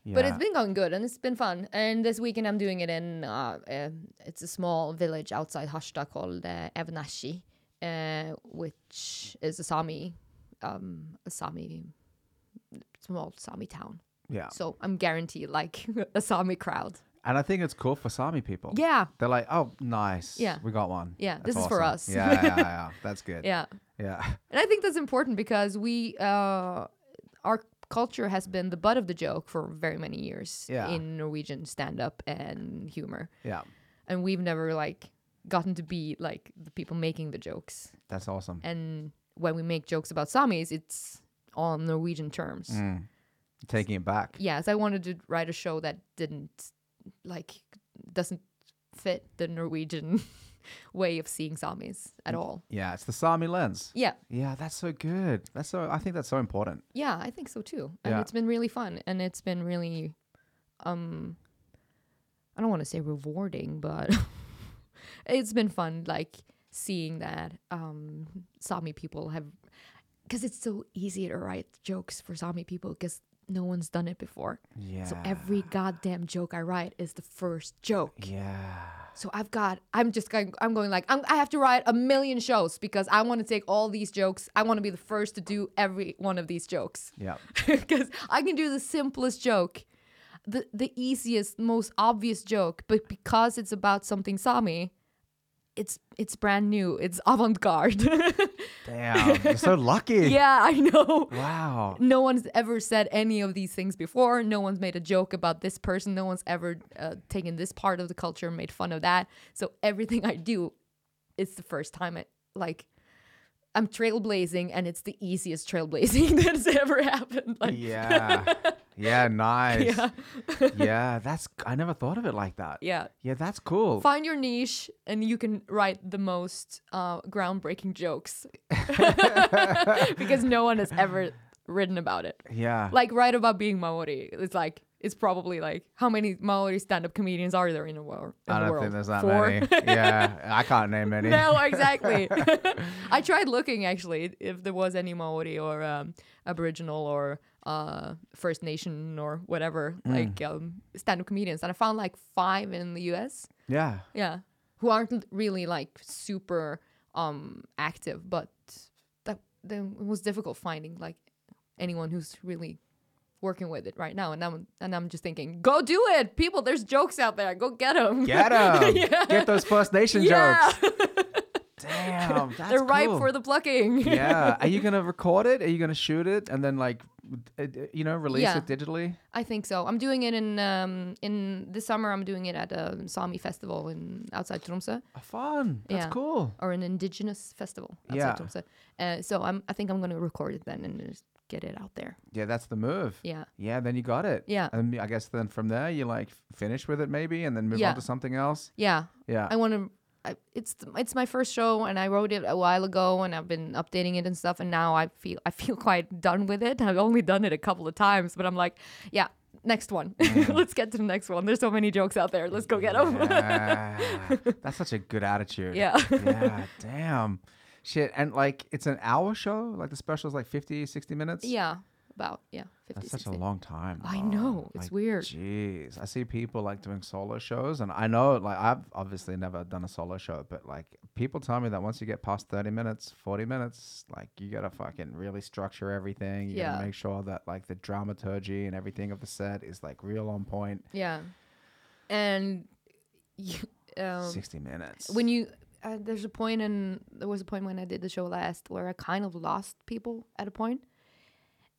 S1: yeah.
S2: But it's been going good and it's been fun. And this weekend I'm doing it in uh, uh, it's a small village outside Harstad called uh, Evnashi, uh, which is a Sami um a Sami small Sami town.
S1: yeah,
S2: So I'm guaranteed like a Sami crowd.
S1: and I think it's cool for Sami people.
S2: Yeah.
S1: they're like, oh, nice.
S2: Yeah.
S1: we got one.
S2: Yeah,
S1: That's
S2: this is for
S1: awesome."
S2: us.
S1: Yeah, yeah, yeah, yeah. That's good.
S2: Yeah.
S1: yeah,
S2: And I think that's important because we, uh, our culture has been the butt of the joke for very many years
S1: Yeah.
S2: in Norwegian stand up and humor.
S1: yeah.
S2: And we've never like gotten to be like the people making the jokes.
S1: That's awesome.
S2: And when we make jokes about Samis, it's on Norwegian terms.
S1: Mm. Taking it back.
S2: Yes, I wanted to write a show that didn't like doesn't fit the Norwegian way of seeing Samis at all.
S1: Yeah, it's the Sami lens.
S2: Yeah.
S1: Yeah, that's so good. That's so. I think that's so important.
S2: Yeah, I think so too. And
S1: Yeah.
S2: it's been really fun and it's been really um I don't want to say rewarding, but it's been fun like seeing that um Sami people have cuz it's so easy to write jokes for Sami people cuz no one's done it before.
S1: Yeah.
S2: So every goddamn joke I write is the first joke.
S1: Yeah.
S2: So I've got, I'm just going, I'm going like, I'm, I have to write a million shows because I want to take all these jokes. I want to be the first to do every one of these jokes
S1: Yeah.
S2: because I can do the simplest joke, the the easiest, most obvious joke, but because it's about something Sami, it's it's brand new. It's avant garde.
S1: Damn. You're so lucky.
S2: yeah, I know.
S1: Wow.
S2: No one's ever said any of these things before. No one's made a joke about this person. No one's ever uh, taken this part of the culture and made fun of that. So everything I do, it's the first time it like. I'm trailblazing, and it's the easiest trailblazing that's ever happened. Like,
S1: Yeah. Yeah, nice.
S2: Yeah.
S1: yeah, that's I never thought of it like that.
S2: Yeah.
S1: Yeah, that's cool.
S2: Find your niche and you can write the most uh, groundbreaking jokes because no one has ever written about it.
S1: Yeah.
S2: Like, write about being Maori. It's like, it's probably like, how many Maori stand up comedians are there in the world? In
S1: I
S2: the
S1: don't
S2: world?
S1: think there's that
S2: Four?
S1: many. Yeah, I can't name any.
S2: no, exactly. I tried looking actually if there was any Maori or um, Aboriginal or uh, First Nation or whatever,
S1: Hmm.
S2: like um, stand up comedians. And I found like five in the US.
S1: Yeah.
S2: Yeah. Who aren't l- really like super um active, but that then it was difficult finding like anyone who's really working with it right now. And I'm and I'm just thinking, go do it, people. There's jokes out there. Go get them.
S1: Get them.
S2: Yeah.
S1: Get those First Nation
S2: yeah.
S1: jokes. Damn, that's
S2: They're ripe
S1: cool.
S2: for the plucking.
S1: yeah. Are you gonna record it? Are you gonna shoot it and then like, uh, uh, you know, release
S2: Yeah.
S1: it digitally?
S2: I think so. I'm doing it in um in this summer. I'm doing it at a Sami festival in outside Tromsø.
S1: Oh, fun. That's
S2: Yeah.
S1: cool.
S2: or an indigenous festival.
S1: Yeah.
S2: Outside Tromsø. Uh, so I'm, I think I'm going to record it then and just get it out there.
S1: Yeah, that's the move.
S2: Yeah.
S1: Yeah, then you got it.
S2: Yeah.
S1: And I guess then from there you like finish with it maybe and then move
S2: Yeah.
S1: on to something else.
S2: Yeah.
S1: Yeah.
S2: I want to. I, it's th- it's my first show and I wrote it a while ago and I've been updating it and stuff and now I feel I feel quite done with it. I've only done it a couple of times, but I'm like, yeah, next one. Let's get to the next one. There's so many jokes out there. Let's go get them.
S1: Yeah. That's such a good attitude.
S2: Yeah.
S1: yeah. Damn. Shit. And like, it's an hour show? Like, the special is like 50, 60 minutes?
S2: yeah. about yeah, 50,
S1: That's such a
S2: 60.
S1: long time.
S2: I
S1: though.
S2: know, it's
S1: Like,
S2: weird.
S1: Jeez, I see people like doing solo shows, and I know, like, I've obviously never done a solo show, but like, people tell me that once you get past thirty minutes, forty minutes, like, you gotta fucking really structure everything. You
S2: Yeah.
S1: gotta make sure that like the dramaturgy and everything of the set is like real on point.
S2: Yeah, and you, um,
S1: Sixty minutes.
S2: when you uh, there's a point in there was a point when I did the show last where I kind of lost people at a point,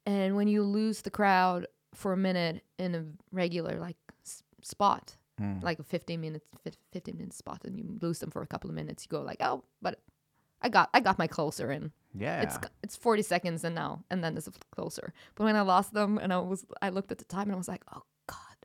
S2: and when you lose the crowd for a minute in a regular like s- spot,
S1: Mm.
S2: like a 15 minute fif- 15 minute spot, and you lose them for a couple of minutes, you go like, oh, but I got I got my closer in.
S1: yeah,
S2: It's it's 40 seconds and now and then it's closer. But when I lost them and I was I looked at the time and I was like, oh god,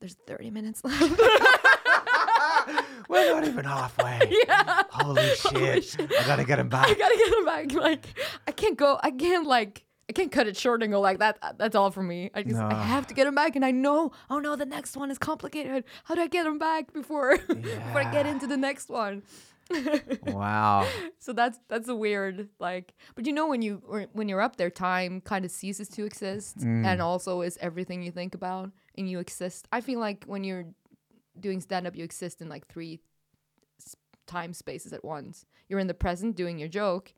S2: there's 30 minutes left.
S1: we're not even halfway.
S2: yeah.
S1: Holy shit! I gotta get him
S2: I
S1: back.
S2: gotta get him back. Like, I can't go. I can't like. I can't cut it short and go like that. uh, That's all for me. I just I
S1: No.
S2: have to get him back, and I know. Oh no, the next one is complicated. How do I get him back before before I get
S1: Yeah.
S2: into the next one?
S1: Wow.
S2: So that's that's a weird like. But you know when you or when you're up there, time kind of ceases to exist, and also is everything you think about, and you exist. I feel like when you're doing stand up, you exist in like three s- time spaces at once. You're in the present doing your joke,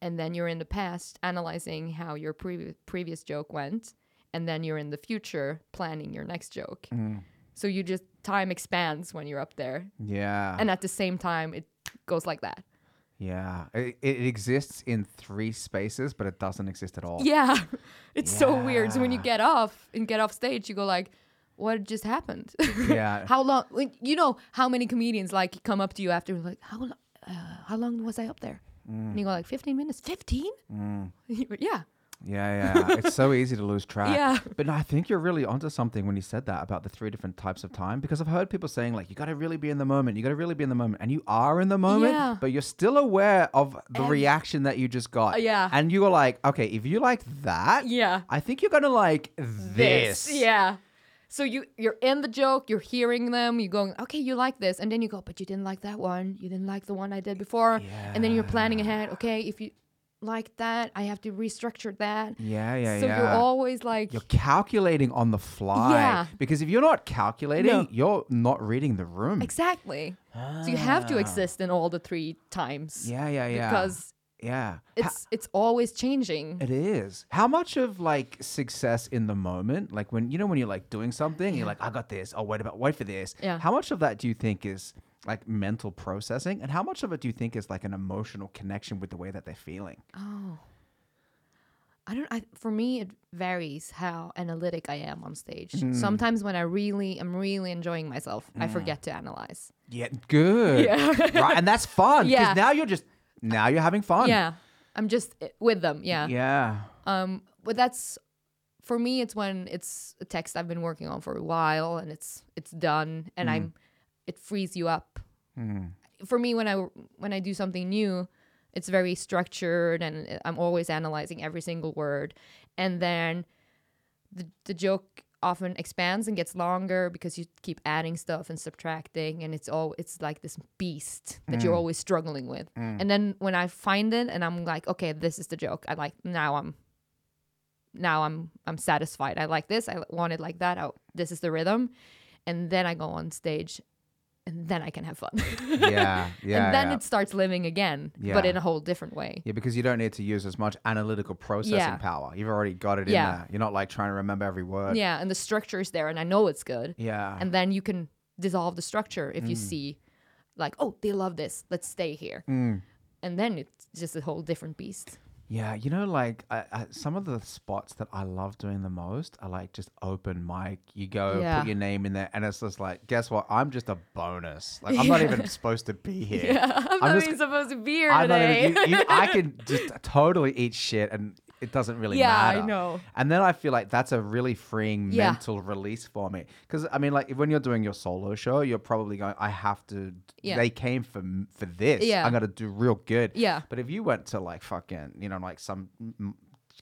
S2: and then you're in the past analyzing how your previous previous joke went, and then you're in the future planning your next joke.
S1: Mm. Hmm.
S2: So you just time expands when you're up there,
S1: Yeah.
S2: and at the same time it goes like that.
S1: Yeah, it, it exists in three spaces, but it doesn't exist at all.
S2: Yeah. It's so weird. So when you
S1: Yeah.
S2: get off and get off stage, you go like, what just happened?
S1: Yeah.
S2: how long? when- You know how many comedians like come up to you after like, how long? Uh, how long was I up there?
S1: Mm.
S2: And you go like, 15 minutes. 15? yeah.
S1: yeah, yeah. it's so easy to lose track.
S2: Yeah.
S1: But no, I think you're really onto something when you said that about the three different types of time, because I've heard people saying like, you got to really be in the moment, you got to really be in the moment, and you are in the moment,
S2: Yeah.
S1: but you're still aware of the
S2: Ev-
S1: reaction that you just got.
S2: Uh, yeah.
S1: And you were like, okay, if you like that,
S2: Yeah.
S1: I think you're gonna like this.
S2: Yeah. So you you're in the joke, you're hearing them, you're going, okay, you like this, and then you go, but you didn't like that one, you didn't like the one I did before, and then you're planning ahead. Okay, if you like that, I have to restructure that.
S1: Yeah, yeah,
S2: so
S1: yeah.
S2: you're always like,
S1: You're calculating on the fly.
S2: Yeah.
S1: Because if you're not calculating,
S2: No.
S1: you're not reading the room.
S2: exactly. So you have to exist in all the three times.
S1: Ah. Yeah, yeah, yeah.
S2: Because
S1: yeah, Ha-
S2: it's it's always changing.
S1: it is. How much of like success in the moment, like when you know when you're like doing something, you're like, I got this. Oh, wait about wait for this.
S2: Yeah.
S1: How much of that do you think is like mental processing, and how much of it do you think is like an emotional connection with the way that they're feeling?
S2: Oh. I don't I for me it varies how analytic I am on stage.
S1: Mm.
S2: Sometimes when I really am really enjoying myself, I forget to analyze.
S1: Yeah, good.
S2: Yeah.
S1: right, and that's fun.
S2: Yeah.
S1: Because now you're just now you're having fun.
S2: Yeah. I'm just i- with them, yeah.
S1: Yeah.
S2: Um but that's for me it's when it's a text I've been working on for a while and it's it's done
S1: Mm.
S2: and I'm it frees you up. For me when I when I do something new, it's very structured and I'm always analyzing every single word and then the, the joke often expands and gets longer because you keep adding stuff and subtracting and it's all it's like this beast that you're always struggling with and then when i find it and i'm like okay this is the joke i like now i'm now i'm i'm satisfied i like this i want it like that I, this is the rhythm and then i go on stage and then i can have fun
S1: Yeah. Yeah.
S2: and then
S1: yeah.
S2: it starts living again
S1: Yeah.
S2: but in a whole different way
S1: Yeah, because you don't need to use as much analytical processing
S2: Yeah.
S1: power. You've already got it
S2: Yeah.
S1: in there. You're not like trying to remember every word.
S2: yeah and the structure is there and i know it's good
S1: Yeah. Mm.
S2: and then you can dissolve the structure if you see like oh they love this let's stay here and then it's just a whole different
S1: Mm.
S2: beast
S1: yeah. You know, like I, I, some of the spots that I love doing the most are like just open mic. You go,
S2: Yeah.
S1: put your name in there, and it's just like, guess what? I'm just a bonus. Like, I'm not even supposed to be here.
S2: i'm,
S1: I'm
S2: not
S1: just-
S2: even supposed to be here
S1: I'm not
S2: today
S1: even, you, you, I can just totally eat shit and it doesn't really
S2: Yeah, I
S1: matter.
S2: know.
S1: And then I feel like that's a really freeing
S2: Yeah.
S1: mental release for me. Because, I mean, like when you're doing your solo show, you're probably going, I have to,
S2: Yeah.
S1: they came for, m- for this.
S2: Yeah.
S1: I'm going to do real good.
S2: Yeah.
S1: But if you went to like fucking, you know, like some. M-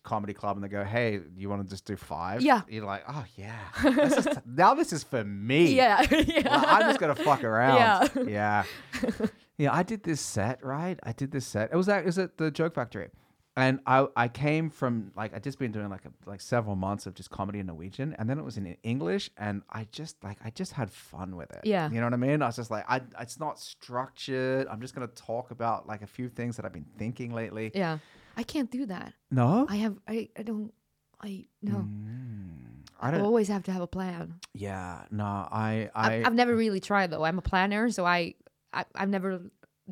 S1: comedy club and they go hey you want to just do five
S2: Yeah.
S1: you're like oh yeah this is now this is for me
S2: yeah yeah
S1: well, I'm just gonna fuck around.
S2: Yeah.
S1: Yeah. Yeah. I did this set, right? I did this set. It was at, it was at the Joke Factory, and I, I came from like I just been doing like a, like several months of just comedy in Norwegian, and then it was in English, and I just like I just had fun with it.
S2: Yeah.
S1: you know what I mean. I was just like I it's not structured. I'm just gonna talk about like a few things that I've been thinking lately.
S2: Yeah. I can't do that.
S1: No,
S2: I have I, I don't I no.
S1: Mm, I
S2: I
S1: don't.
S2: always have to have a plan.
S1: Yeah, no, I I
S2: Oh. I've, I've never really tried though. I'm a planner, so I, I I've never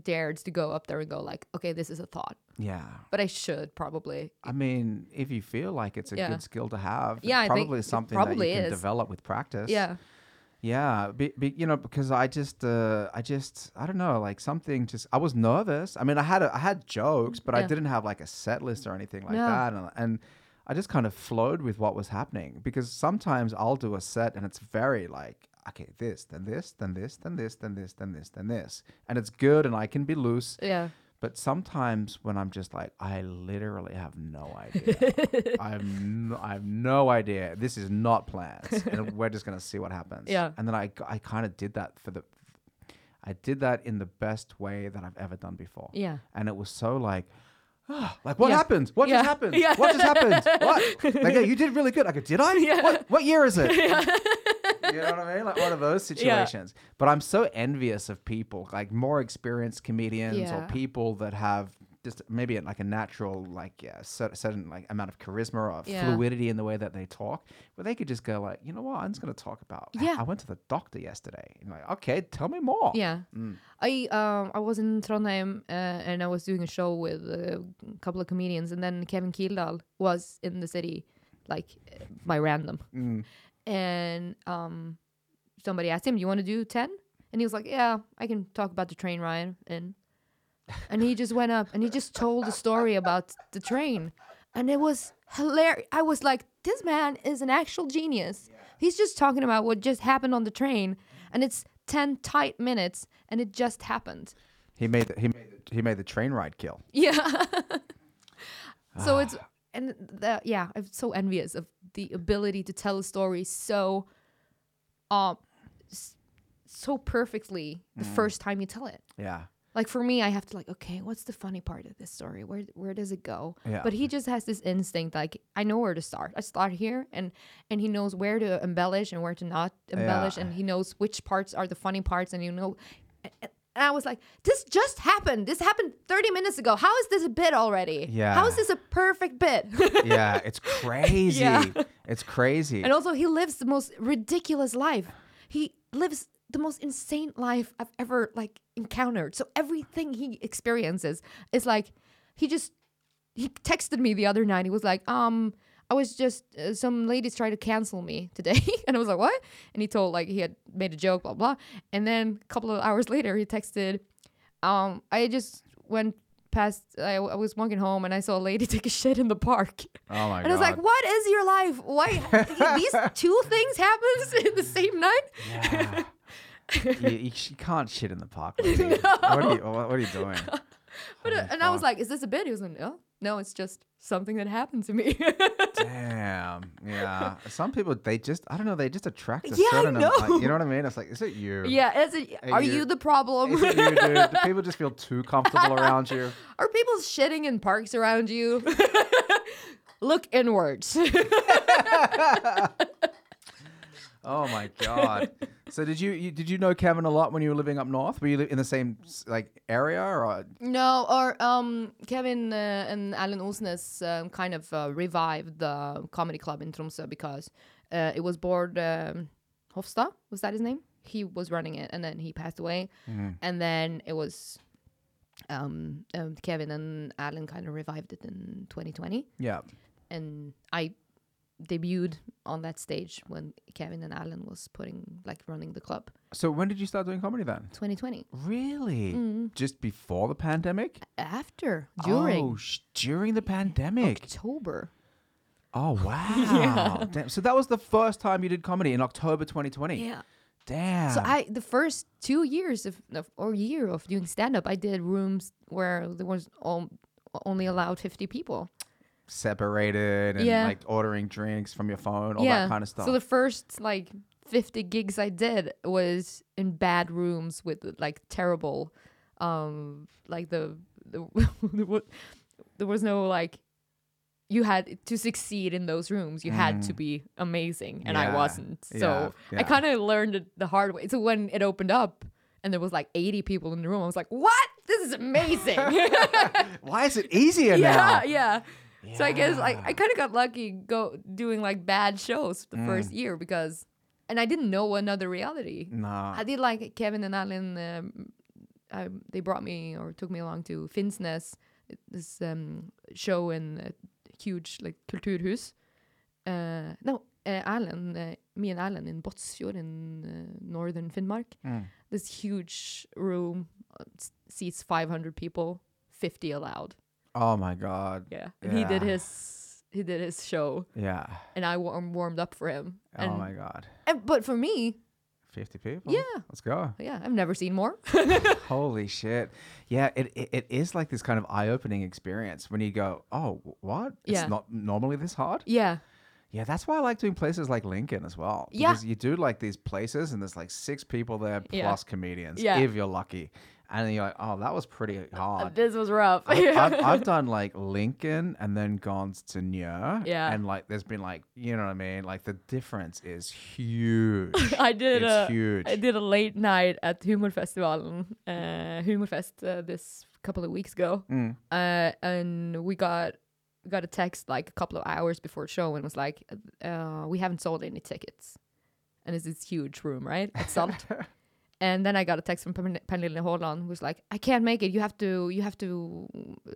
S2: dared to go up there and go like, okay, this is a thought,
S1: yeah.
S2: but I should probably.
S1: I mean, if you feel like it's a
S2: Yeah.
S1: good skill to have, it's
S2: Yeah, I think
S1: probably
S2: it
S1: something that
S2: probably
S1: you can
S2: is.
S1: develop with practice.
S2: Yeah,
S1: Yeah, be, be, you know, because I just, uh, I just, I don't know, like something just, I was nervous. I mean, I had, a, I had jokes, but I
S2: Yeah.
S1: didn't have like a set list or anything like
S2: No.
S1: that, and, and I just kind of flowed with what was happening. Because sometimes I'll do a set and it's very like, okay, this, then this, then this, then this, then this, then this, then this, and it's good, and I can be loose.
S2: yeah,
S1: But sometimes when I'm just like, I literally have no idea. I've n- I have no idea. This is not planned, and we're just gonna see what happens.
S2: Yeah.
S1: And then I I kind of did that for the, I did that in the best way that I've ever done before.
S2: yeah.
S1: And it was so like. ah, Like what
S2: Yeah.
S1: happened? What
S2: Yeah.
S1: just happened?
S2: Yeah.
S1: What just happened? What? Like yeah, you did really good. I go, did I?
S2: Yeah.
S1: What, what year is it? you know what I mean? Like one of those
S2: Yeah.
S1: situations. But I'm so envious of people, like more experienced comedians or
S2: Yeah.
S1: people that have just maybe like a natural, like yeah, cer- certain like amount of charisma or
S2: Yeah.
S1: fluidity in the way that they talk, where they could just go like, you know what, I'm just gonna talk about.
S2: Yeah.
S1: I went to the doctor yesterday. And like, okay, tell me more.
S2: Yeah.
S1: Mm.
S2: I um I was in Trondheim uh, and I was doing a show with a couple of comedians and then Kevin Kildahl was in the city like uh, by random
S1: Mm.
S2: and um somebody asked him, "You want to do 10?" And he was like, "Yeah, I can talk about the train ride." And and he just went up and he just told a story about the train and it was hilarious. I was like, "This man is an actual genius. He's just talking about what just happened on the train and it's 10 tight minutes and it just happened."
S1: He made the, he made the, he made the train ride kill.
S2: Yeah. so it's and the, yeah, I'm so envious of the ability to tell a story so um s- so perfectly the first time you tell it.
S1: Yeah.
S2: Like for me, I have to like, okay, what's the funny part of this story? Where where does it go?
S1: Yeah.
S2: But he just has this instinct like I know where to start. I start here and and he knows where to embellish and where to not embellish and he knows which parts are the funny parts and you know and I was like, this just happened. This happened 30 minutes ago. How is this a bit already?
S1: Yeah.
S2: How is this a perfect bit?
S1: Yeah. It's crazy. It's crazy.
S2: and also he lives the most ridiculous life. He lives the most insane life I've ever like encountered. So everything he experiences is like he just he texted me the other night. He was like, um, I was just uh, some ladies tried to cancel me today, and I was like, what? And he told like he had made a joke, blah blah. And then a couple of hours later, he texted, um, I just went past. I, I was walking home, and I saw a lady take a shit in the park.
S1: Oh my
S2: And I was like,
S1: God.
S2: "What is your life? Why these two things happens in the same night?"
S1: Yeah. you, you, sh- you can't shit in the park. lady. What, are you, what, what are you doing? Oh
S2: But, uh, and I was like, "Is this a bit?" He was like, "No, no, it's just something that happened to me."
S1: Damn. Yeah. Some people, they just, I don't know, they just attract a
S2: Yeah, I
S1: certain amount-
S2: know.
S1: you know what I mean? It's like, is it you?
S2: yeah, is it,
S1: Hey,
S2: are
S1: you-
S2: you the problem?
S1: Is it you, dude? Do people just feel too comfortable around you?
S2: Are people shitting in parks around you? Look inwards.
S1: Oh my God. So did you, you, did you know Kevin a lot when you were living up north? Were you li- in the same s- like area or?
S2: no, or um, Kevin uh, and Alan Osnes um, kind of uh, revived the comedy club in Tromsø because uh, it was Bård um, Hofstad, was that his name? He was running it, and then he passed away, and then it was um, um, Kevin and Alan kind of revived it in 2020.
S1: Yeah.
S2: and I debuted on that stage when Kevin and Alan was putting like running the club
S1: So when did you start doing comedy then?
S2: 2020
S1: Really? Just before the pandemic?
S2: after Mm. during
S1: Oh, sh- during the pandemic.
S2: October
S1: Oh wow! Damn. So that was the first time you did comedy in October 2020. Damn.
S2: so I the first two years of, of or year of doing stand up I did rooms where there was all, only allowed 50 people
S1: separated and
S2: Yeah.
S1: like ordering drinks from your phone, all that kind of stuff.
S2: so the first like 50 gigs I did was in bad rooms with like terrible um like the, the what there was no like you had to succeed in those rooms you had to be amazing and i
S1: Mm. Yeah.
S2: wasn't so
S1: Yeah. Yeah.
S2: i kind of learned it the hard way so when it opened up and there was like 80 people in the room i was like what this is amazing yeah
S1: Why is it easier now?
S2: yeah so i guess like
S1: Yeah.
S2: i kind of got lucky go doing like bad shows the
S1: Mm.
S2: first year because and i didn't know another reality
S1: No.
S2: I did like Kevin and Alan. Um, um, they brought me or took me along to Finnsnes, this um, show in a huge like kulturhus. Uh, no, uh, Alan, uh, me and Alan in Botsfjord in uh, northern Finnmark.
S1: Mm.
S2: This huge room uh, s- seats 500 people, 50 allowed.
S1: Oh my god.
S2: Yeah, and he did
S1: Yeah.
S2: his he did his show,
S1: Yeah.
S2: and I warm, warmed up for him. And,
S1: oh my god.
S2: and but for me,
S1: 50 people.
S2: yeah,
S1: Let's go.
S2: yeah, I've never seen more.
S1: Holy shit. Yeah, it, it, it is like this kind of eye-opening experience when you go, "Oh, wh- what?
S2: Yeah.
S1: It's not normally this hard?"
S2: yeah.
S1: Yeah, that's why I like doing places like Lincoln as well.
S2: Yeah.
S1: Because you do like these places and there's like six people there plus
S2: Yeah.
S1: comedians
S2: Yeah.
S1: if you're lucky. And then you're like, "Oh, that was pretty
S2: Uh,
S1: hard."
S2: This was rough.
S1: I- I've, I've done like Lincoln and then gone to Nier.
S2: Yeah.
S1: And like, there's been like, you know what I mean? Like, the difference is huge.
S2: I did
S1: it's
S2: a
S1: huge.
S2: uh, I did a late night at Humorfestivalen, uh, Humorfest uh, this couple of weeks ago,
S1: Mm.
S2: uh, and we got got a text like a couple of hours before show and was like, uh, "We haven't sold any tickets," and it's this huge room, right? It's salt. and then I got a text from Pern- Pernille Holland, who's like, "I can't make it. You have to. You have to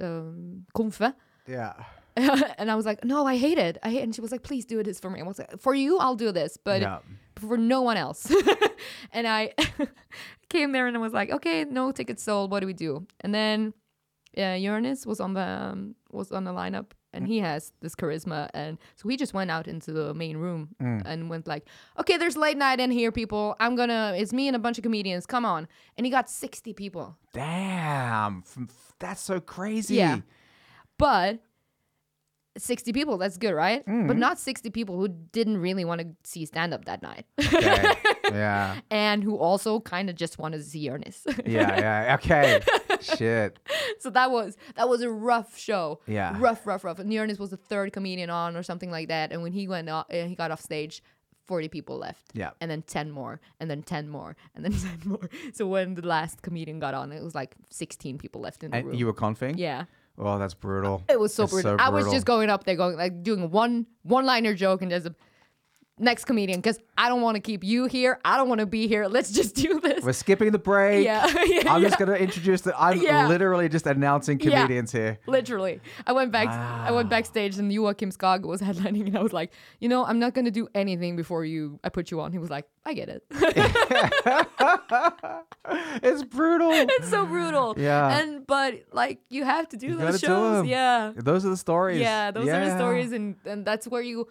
S2: um, komfe."
S1: yeah.
S2: and I was like, "No, I hate it. I hate." And she was like, "Please do this for me." I was like, "For you, I'll do this, but
S1: yeah.
S2: for no one else. and I came there and I was like, okay, no tickets sold. What do we do? And then uh, Uranus was on the um, was on the lineup, and he has this charisma, and so he just went out into the main room and went like, okay, there's late night in here, people. I'm gonna, it's me and a bunch of comedians. Come on, and he got sixty people.
S1: Damn. F- f- That's so crazy.
S2: Yeah. but 60 people that's good right but not 60 people who didn't really want to see stand up that night
S1: Okay. yeah.
S2: and who also kind of just wanted to see Ernest.
S1: Yeah. Yeah. Okay. Shit.
S2: so that was that was a rough show.
S1: Yeah.
S2: Rough, rough, rough. And Ernest was the third comedian on or something like that. And when he went off, uh, he got off stage, forty people left.
S1: Yeah.
S2: And then ten more, and then ten more, and then ten more. So when the last comedian got on, it was like sixteen people left in the
S1: And
S2: room.
S1: you were confing?
S2: yeah.
S1: Oh, that's brutal.
S2: It was so
S1: That's
S2: brutal. I was just going up there, going like doing one one liner joke and just. Next comedian, because I don't want to keep you here. I don't want to be here. Let's just do this.
S1: We're skipping the break.
S2: Yeah, yeah,
S1: I'm
S2: yeah.
S1: just going to introduce the. I'm
S2: Yeah.
S1: literally just announcing
S2: Yeah.
S1: comedians here.
S2: Literally, I went back. I went backstage, and Joachim Skog was headlining, and I was like, you know, I'm not gonna do anything before you. I put you on. He was like, I get it.
S1: It's brutal.
S2: it's so brutal.
S1: Yeah.
S2: And but like you have to do
S1: gotta
S2: those
S1: do
S2: shows.
S1: 'em.
S2: yeah.
S1: Those are the stories.
S2: Yeah. Those are the
S1: Yeah.
S2: stories, and and that's where you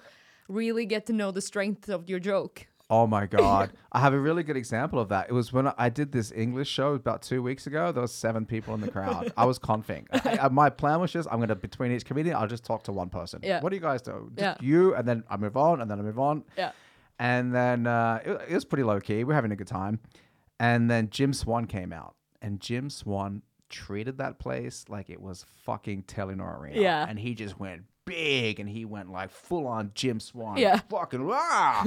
S2: really get to know the strength of your joke.
S1: Oh my god! I have a really good example of that. It was when I did this English show about two weeks ago. There was seven people in the crowd. I was confing. I- I- my plan was just I'm gonna between each comedian, I'll just talk to one person.
S2: Yeah.
S1: What do you guys do?
S2: Yeah.
S1: Just You and then I move on and then I move on.
S2: Yeah.
S1: And then uh, it, it was pretty low key. We are having a good time. And then Jim Swan came out, and Jim Swan treated that place like it was fucking Telenor Arena.
S2: Yeah.
S1: And he just went big, and he went like full on Jim Swan.
S2: Yeah.
S1: Fucking rah!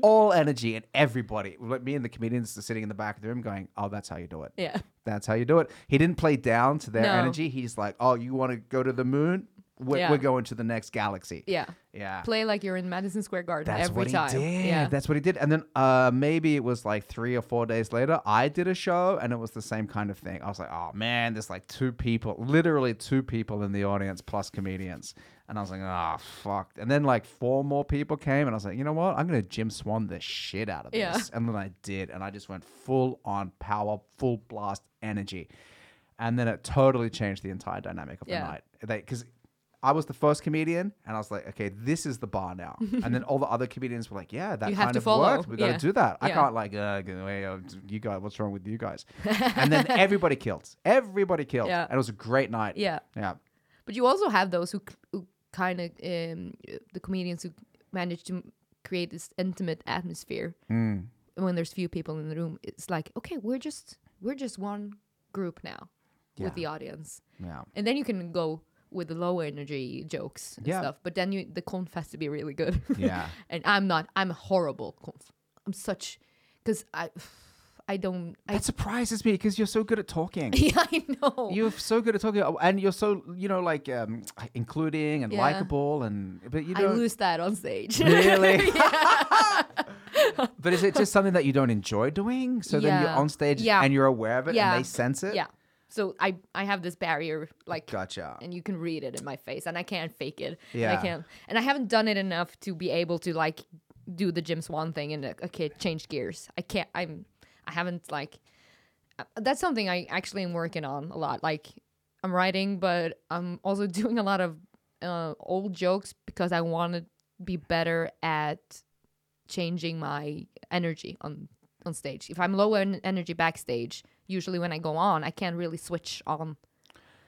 S1: all energy and everybody. Like me and the comedians are sitting in the back of the room going, "Oh, that's how you do it.
S2: Yeah.
S1: That's how you do it." He didn't play down to their
S2: No.
S1: energy. He's like, "Oh, you want to go to the moon? We're,
S2: Yeah.
S1: we're going to the next galaxy."
S2: Yeah.
S1: Yeah.
S2: Play like you're in Madison Square Garden
S1: That's
S2: every
S1: what
S2: time.
S1: he did.
S2: Yeah.
S1: That's what he did. And then uh, maybe it was like three or four days later, I did a show and it was the same kind of thing. I was like, oh man, there's like two people, literally two people in the audience plus comedians. And I was like, oh, fuck. And then like four more people came and I was like, you know what? I'm going to Jim Swan the shit out of
S2: Yeah.
S1: this. And then I did. And I just went full on power, full blast energy. And then it totally changed the entire dynamic of
S2: Yeah.
S1: the night. Because I was the first comedian, and I was like, okay, this is the bar now. and then all the other comedians were like, yeah, that
S2: You have
S1: kind
S2: to
S1: of worked.
S2: follow.
S1: We got to
S2: Yeah.
S1: do that. I
S2: Yeah.
S1: can't like, uh, go away, uh, you guys, what's wrong with you guys? and then everybody killed. Everybody killed.
S2: Yeah.
S1: And it was a great night.
S2: Yeah.
S1: Yeah.
S2: But you also have those who, c- who kind of um, the comedians who manage to m- create this intimate atmosphere
S1: Mm.
S2: And when there's few people in the room. It's like okay, we're just we're just one group now
S1: Yeah.
S2: with the audience,
S1: Yeah.
S2: and then you can go with the low energy jokes and
S1: Yeah.
S2: stuff. But then you the conf has to be really good.
S1: Yeah.
S2: and I'm not. I'm a horrible conf. I'm such because I I don't. I,
S1: That surprises me because you're so good at talking.
S2: yeah, I know.
S1: You're so good at talking, oh, and you're so you know like um, including and
S2: Yeah.
S1: likable, and but you
S2: I
S1: don't.
S2: lose that on stage.
S1: Really? but is it just something that you don't enjoy doing? So then you're
S2: Yeah.
S1: on stage
S2: Yeah.
S1: and you're aware of it
S2: Yeah.
S1: and they sense it?
S2: yeah. So I I have this barrier like
S1: Gotcha.
S2: and you can read it in my face and I can't fake it. And
S1: Yeah.
S2: I can't and I haven't done it enough to be able to like do the Jim Swan thing and like, okay, change gears. I can't I'm I haven't like uh, that's something I actually am working on a lot. Like I'm writing but I'm also doing a lot of uh, old jokes because I want to be better at changing my energy on on stage. If I'm low en- energy backstage, usually when I go on, I can't really switch on.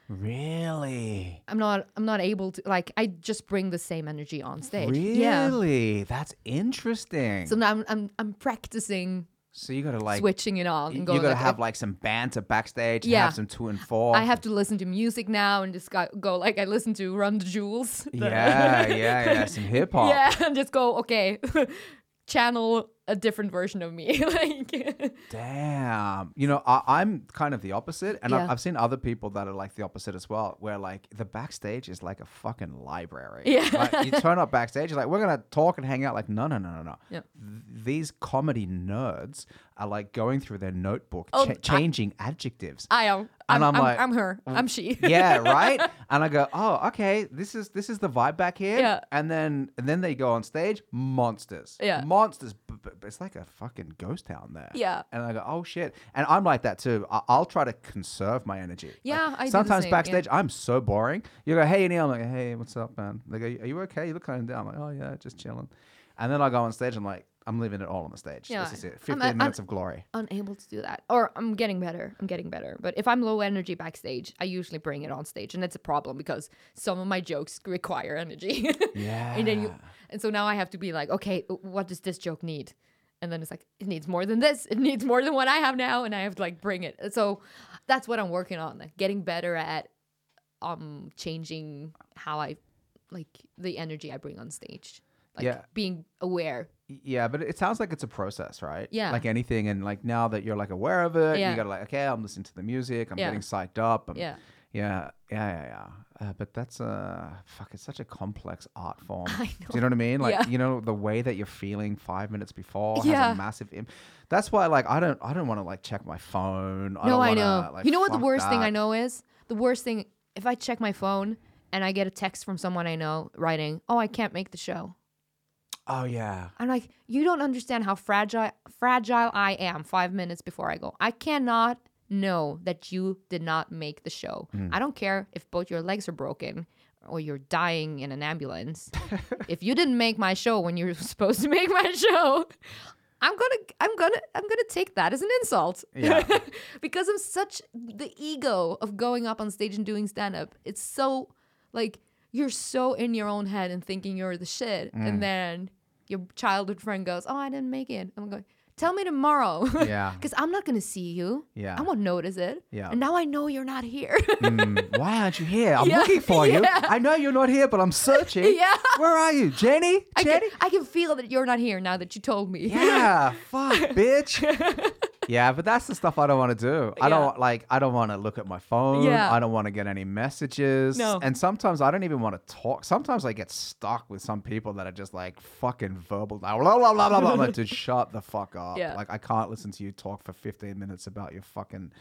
S1: Really?
S2: I'm not I'm not able to like I just bring the same energy on stage. Yeah.
S1: Really? That's interesting.
S2: So
S1: So,
S2: now I'm I'm, I'm practicing
S1: you gotta like
S2: switching it on
S1: you
S2: and
S1: gotta
S2: going like,
S1: have like some banter backstage and
S2: Yeah.
S1: have some to and four.
S2: I have to listen to music now and just go, go like I listen to Run the Jewels. The-
S1: Yeah, yeah, yeah. Some hip hop.
S2: yeah, and just go okay. channel a different version of me like
S1: Damn. You know, I, I'm kind of the opposite. And I've,
S2: Yeah.
S1: I've seen other people that are like the opposite as well, where like the backstage is like a fucking library.
S2: Yeah.
S1: Like, you turn up backstage, you're like, we're going to talk and hang out. Like, no, no, no, no, no.
S2: Yeah.
S1: Th- these comedy nerds are like going through their notebook,
S2: Oh,
S1: cha-
S2: I-
S1: changing adjectives.
S2: I am
S1: And
S2: I'm,
S1: I'm
S2: I'm,
S1: like-
S2: I'm her I'm she
S1: yeah, right. And I go, oh, okay. This is this is the vibe back here.
S2: Yeah.
S1: And then and then they go on stage, monsters.
S2: Yeah.
S1: monsters. B- b- b- It's like a fucking ghost town there.
S2: Yeah.
S1: And I go, oh shit. And I'm like that too. I- I'll try to conserve my energy. Like,
S2: Yeah, I do the
S1: sometimes
S2: same, yeah.
S1: backstage I'm so boring. You go, hey Neil. I'm like, hey, what's up, man? They go, are you okay? You look kind of down. I'm like, oh yeah, just chilling. And then I go on stage. I'm like, I'm living it all on the stage.
S2: Yeah.
S1: This is it.
S2: I'm-
S1: 15
S2: I'm-
S1: minutes of glory.
S2: unable to do that or i'm getting better i'm getting better but if i'm low energy backstage i usually bring it on stage and that's a problem because some of my jokes require energy
S1: Yeah.
S2: and then you
S1: Ah.
S2: and so now i have to be like okay what does this joke need and then it's like it needs more than this it needs more than what i have now and i have to like bring it so that's what i'm working on like getting better at um changing how i like the energy i bring on stage like
S1: Yeah.
S2: being aware
S1: Yeah, but it sounds like it's a process, right?
S2: Yeah.
S1: Like anything, and like now that you're like aware of it,
S2: Yeah.
S1: you gotta like, okay, I'm listening to the music, I'm
S2: Yeah.
S1: getting psyched up. I'm,
S2: yeah
S1: Yeah, yeah, yeah, yeah. Uh, but that's uh, fuck. It's such a complex art form.
S2: I
S1: Do you know what I mean? Like,
S2: Yeah.
S1: you know, the way that you're feeling five minutes before
S2: Yeah.
S1: has a massive. Im- that's why, like, I don't, I don't want to like check my phone. I
S2: No,
S1: don't
S2: I
S1: wanna,
S2: know.
S1: Like,
S2: you know what the
S1: fuck
S2: worst thing I
S1: that.
S2: know is? The worst thing if I check my phone and I get a text from someone I know writing, "Oh, I can't make the show."
S1: Oh yeah.
S2: I'm like, "You don't understand how fragile fragile I am 5 minutes before I go. I cannot know that you did not make the show.
S1: Mm.
S2: I don't care if both your legs are broken or you're dying in an ambulance. if you didn't make my show when you were supposed to make my show, I'm gonna, I'm gonna, I'm gonna take that as an insult.
S1: Yeah.
S2: because I'm such the ego of going up on stage and doing stand up. It's so like you're so in your own head and thinking you're the shit,
S1: Mm.
S2: and then your childhood friend goes, "Oh, I didn't make it." I'm going, "Tell me tomorrow."
S1: Yeah.
S2: Because I'm not gonna see you.
S1: Yeah.
S2: I won't notice it.
S1: Yeah.
S2: And now I know you're not here.
S1: Mm, why aren't you here? I'm
S2: Yeah,
S1: looking for you.
S2: yeah.
S1: I know you're not here, but I'm searching.
S2: Yeah.
S1: Where are you, Jenny?
S2: I
S1: Jenny?
S2: can, I can feel that you're not here now that you told me.
S1: Yeah, fuck, bitch. yeah, but that's the stuff I don't want to do. I
S2: Yeah.
S1: don't like. I don't want to look at my phone.
S2: Yeah.
S1: I don't want to get any messages.
S2: No.
S1: And sometimes I don't even want to talk. Sometimes I get stuck with some people that are just like fucking verbal. Blah, blah, blah, blah, blah, blah. I'm like, dude, shut the fuck up.
S2: Yeah.
S1: Like I can't listen to you talk for 15 minutes about your fucking.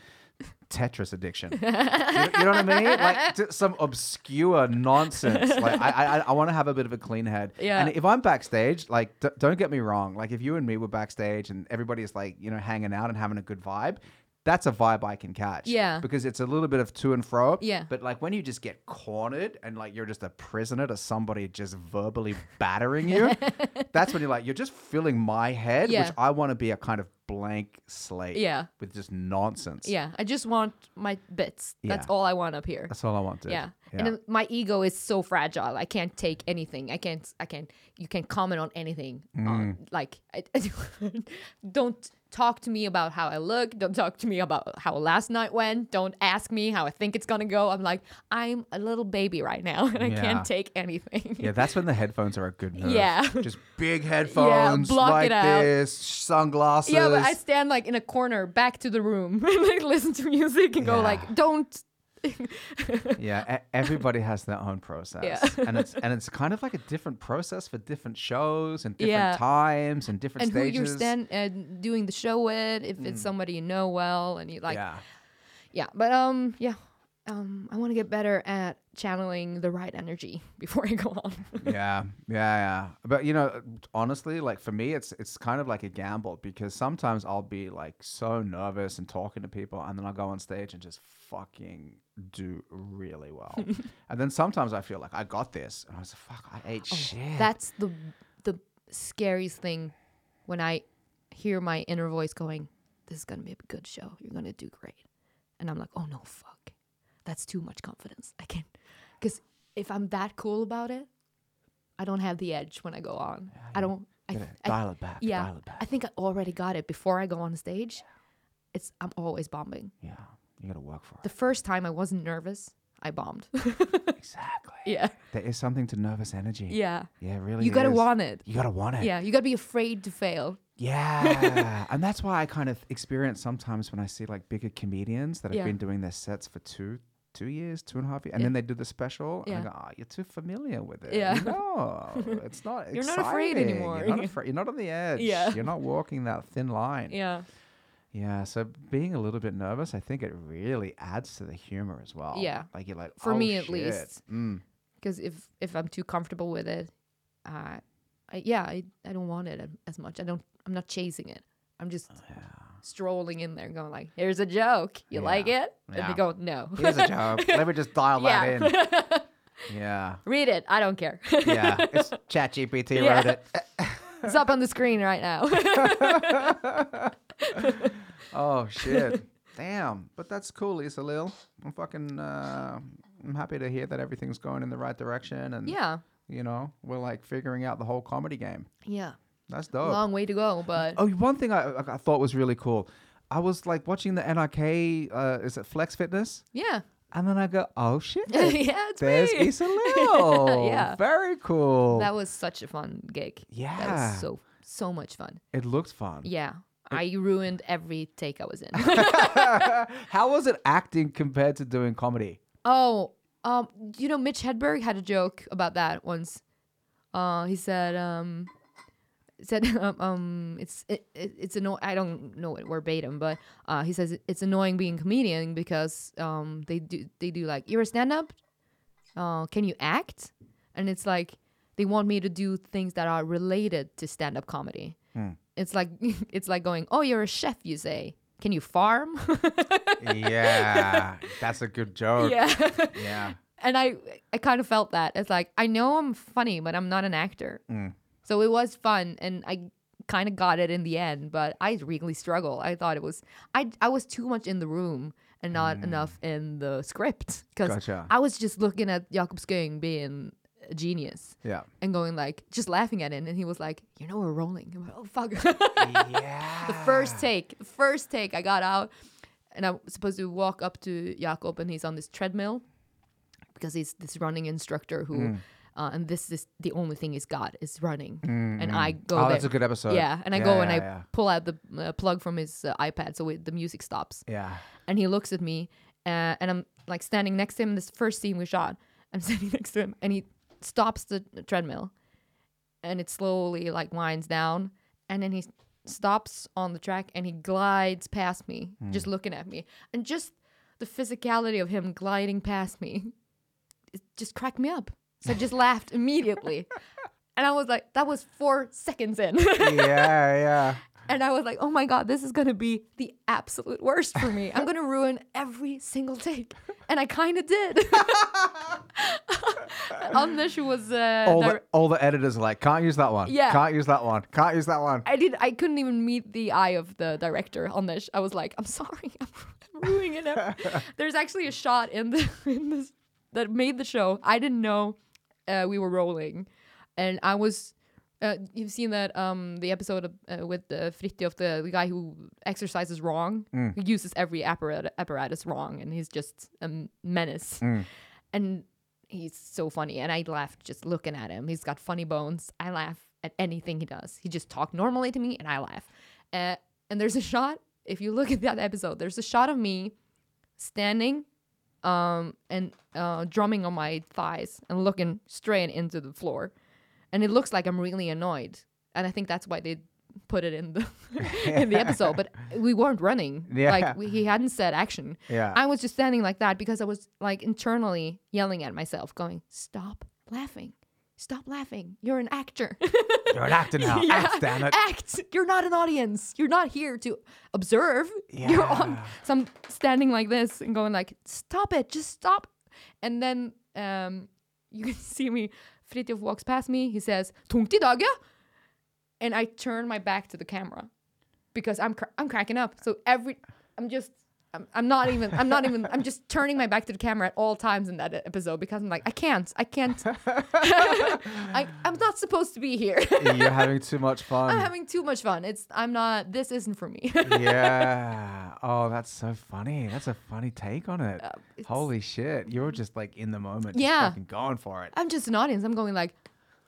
S1: Tetris addiction. you, you know what I mean? Like t- some obscure nonsense. Like I, I, I want to have a bit of a clean head.
S2: Yeah.
S1: And if I'm backstage, like d- don't get me wrong. Like if you and me were backstage and everybody's like you know hanging out and having a good vibe, that's a vibe I can catch.
S2: Yeah.
S1: Because it's a little bit of to and fro.
S2: Yeah.
S1: But like when you just get cornered and like you're just a prisoner to somebody just verbally battering you, that's when you're like you're just filling my head,
S2: Yeah.
S1: which I want to be a kind of blank slate.
S2: Yeah.
S1: With just nonsense.
S2: Yeah, I just want my bits. That's
S1: Yeah.
S2: all I want up here.
S1: That's all I want to.
S2: Yeah. And then my ego is so fragile. I can't take anything. I
S1: Mm.
S2: can't I can't you can't comment on anything. Um, like I, I Uh, don't talk to me about how I look. Don't talk to me about how last night went. Don't ask me how I think it's gonna go. I'm like, I'm a little baby right now, and I
S1: Yeah.
S2: can't take anything.
S1: Yeah, that's when the headphones are a good move.
S2: Yeah.
S1: Just big headphones
S2: block
S1: like
S2: it out.
S1: this, sunglasses.
S2: Yeah, but I stand like in a corner, back to the room, and like listen to music and go
S1: Yeah.
S2: like, don't.
S1: Yeah, e- everybody has their own process.
S2: Yeah.
S1: and it's and it's kind of like a different process for different shows and different
S2: Yeah.
S1: times and different
S2: and who
S1: stages. Mm.
S2: you're stand uh, doing the show with, if it's somebody you know well, and you like, yeah.
S1: yeah.
S2: But um, yeah, um, I want to get better at channeling the right energy before I go on.
S1: yeah, yeah, yeah. But you know, honestly, like for me, it's it's kind of like a gamble because sometimes I'll be like so nervous and talking to people, and then I'll go on stage and just fucking do really well. and then sometimes I feel like I got this, and I was like, fuck, I ate
S2: Oh,
S1: shit.
S2: That's the the scariest thing when I hear my inner voice going, "This is gonna be a good show. You're gonna do great," and I'm like, "Oh no, fuck, that's too much confidence. I can't." Because if I'm that cool about it, I don't have the edge when I go on. I don't. I,
S1: Gotta
S2: I,
S1: dial it back.
S2: yeah,
S1: dial it
S2: I
S1: back.
S2: think I already got it before I go on stage. It's I'm always bombing.
S1: Yeah, you gotta work for
S2: The first time I wasn't nervous, I bombed.
S1: it. Exactly.
S2: yeah,
S1: There is something to nervous energy.
S2: yeah.
S1: Yeah, it really.
S2: You gotta
S1: is.
S2: want it.
S1: You gotta want it.
S2: Yeah, you gotta be afraid to fail.
S1: Yeah. and that's why I kind of experience sometimes when I see like bigger comedians that have
S2: Yeah.
S1: been doing their sets for two two years, two and a half years, and
S2: Yeah.
S1: then they do the special
S2: Yeah.
S1: and I go, Oh, you're too familiar with it.
S2: Yeah.
S1: No. It's not
S2: You're not afraid
S1: exciting. You're
S2: anymore.
S1: not, afraid. you're not on the edge.
S2: Yeah.
S1: You're not walking that thin line.
S2: Yeah.
S1: Yeah, So being a little bit nervous, I think it really adds to the humor as well.
S2: Yeah.
S1: Like you're like
S2: For
S1: "Oh,
S2: me at
S1: shit."
S2: least.
S1: Mm.
S2: because if if I'm too comfortable with it, uh, I, yeah, I, I don't want it a- as much. I don't. I'm not chasing it. I'm just
S1: Oh,
S2: strolling in there, going like, "Here's a joke. You
S1: Yeah.
S2: like it?" And
S1: Yeah.
S2: they go, "No."
S1: Here's a joke. Let me just dial that in.
S2: yeah.
S1: Yeah.
S2: Read it. I don't care.
S1: Yeah. It's ChatGPT
S2: Yeah.
S1: wrote it.
S2: it's up on the screen right now.
S1: Oh shit. Damn. But that's cool, Lisa Lil. I'm fucking uh I'm happy to hear that everything's going in the right direction and
S2: yeah.
S1: you know, we're like figuring out the whole comedy game.
S2: Yeah.
S1: That's dope.
S2: Long way to go, but
S1: Oh, one thing I, I thought was really cool. I was like watching the NRK uh is it Flex Fitness?
S2: yeah.
S1: And then I go, "Oh shit."
S2: yeah, it's
S1: There's
S2: me.
S1: Issa Lil.
S2: Yeah.
S1: Very cool.
S2: That was such a fun gig. That
S1: Yeah.
S2: was so so much fun.
S1: it looked fun.
S2: Yeah. I ruined every take I was in.
S1: How was it acting compared to doing comedy?
S2: Oh, um, you know, Mitch Hedberg had a joke about that once. Uh, he said, um, said, um, um it's it, it, it's annoying. I don't know it verbatim, but uh, he says it's annoying being a comedian because um, they do they do like you're a stand up. Uh, can you act? And it's like they want me to do things that are related to stand up comedy. It's like it's like going, oh, you're a chef, you say. Can you farm?
S1: yeah. That's a good joke.
S2: yeah.
S1: yeah.
S2: and I I kind of felt that it's like I know I'm funny, but I'm not an actor. So it was fun, and I kind of got it in the end. But I really struggled. I thought it was I I was too much in the room and not enough in the script because
S1: Gotcha.
S2: I was just looking at Jakob Skung being a genius
S1: Yeah.
S2: and going like just laughing at it, and he was like, you know, we're rolling. I'm like, oh fuck.
S1: yeah.
S2: the
S1: Ah.
S2: first take, the first take, I got out and I'm supposed to walk up to Jakob and he's on this treadmill because he's this running instructor who,
S1: Mm.
S2: uh, and this is the only thing he's got is running. And I go
S1: Oh,
S2: there.
S1: that's a good episode.
S2: yeah, and I go and I
S1: yeah,
S2: pull out the uh, plug from his uh, iPad so it, the music stops
S1: Yeah.
S2: and he looks at me uh, and i'm like standing next to him this first scene we shot i'm standing next to him and he stops the treadmill and it slowly like winds down and then he s- stops on the track and he glides past me just looking at me and just the physicality of him gliding past me it just cracked me up so i just laughed immediately and i was like that was four seconds in
S1: Yeah. yeah. Yeah.
S2: and I was like, oh my God, this is going to be the absolute worst for me. I'm going to ruin every single take. And I kind of did. Amnish was. Uh,
S1: All the
S2: dir-
S1: all the editors are like, can't use that one.
S2: Yeah.
S1: Can't use that one. Can't use that one.
S2: I did. I couldn't even meet the eye of the director on this. I was like, "I'm sorry, I'm, I'm ruining it." There's actually a shot in the in this that made the show. I didn't know uh, we were rolling, and I was Uh, you've seen that um, the episode of, uh, with uh, Fritjof, the, the guy who exercises wrong, who uses every apparat- apparatus wrong, and he's just a m- menace. And he's so funny, and I laugh just looking at him. He's got funny bones. I laugh at anything he does. He just talked normally to me, and I laugh. Uh, and there's a shot. If you look at that episode, there's a shot of me standing um, and uh, drumming on my thighs and looking straight into the floor. And it looks like I'm really annoyed. And I think that's why they put it in the in the episode. But we weren't running.
S1: Yeah.
S2: Like we, he hadn't said action.
S1: Yeah.
S2: I was just standing like that because I was like internally yelling at myself, going, "Stop laughing." Stop laughing. You're an actor.
S1: You're an actor now.
S2: Yeah,
S1: Act, damn it.
S2: act. You're not an audience. You're not here to observe. You're on
S1: Yeah.
S2: some standing like this and going like, stop it, just stop. And then um, you can see me. Fritjof walks past me. He says, "Tungt i dag, ja?" and I turn my back to the camera because I'm cr- I'm cracking up. So every I'm just. I'm, I'm not even. I'm not even. I'm just turning my back to the camera at all times in that episode because I'm like, I can't. I can't. I, I'm not supposed to be here.
S1: You're having too much fun.
S2: I'm having too much fun. It's I'm not. This isn't for me.
S1: yeah. Oh, that's so funny. That's a funny take on it.
S2: it's-
S1: Holy shit. You're just like in the moment.
S2: Yeah.
S1: Just fucking going for it.
S2: I'm just an audience. I'm going like,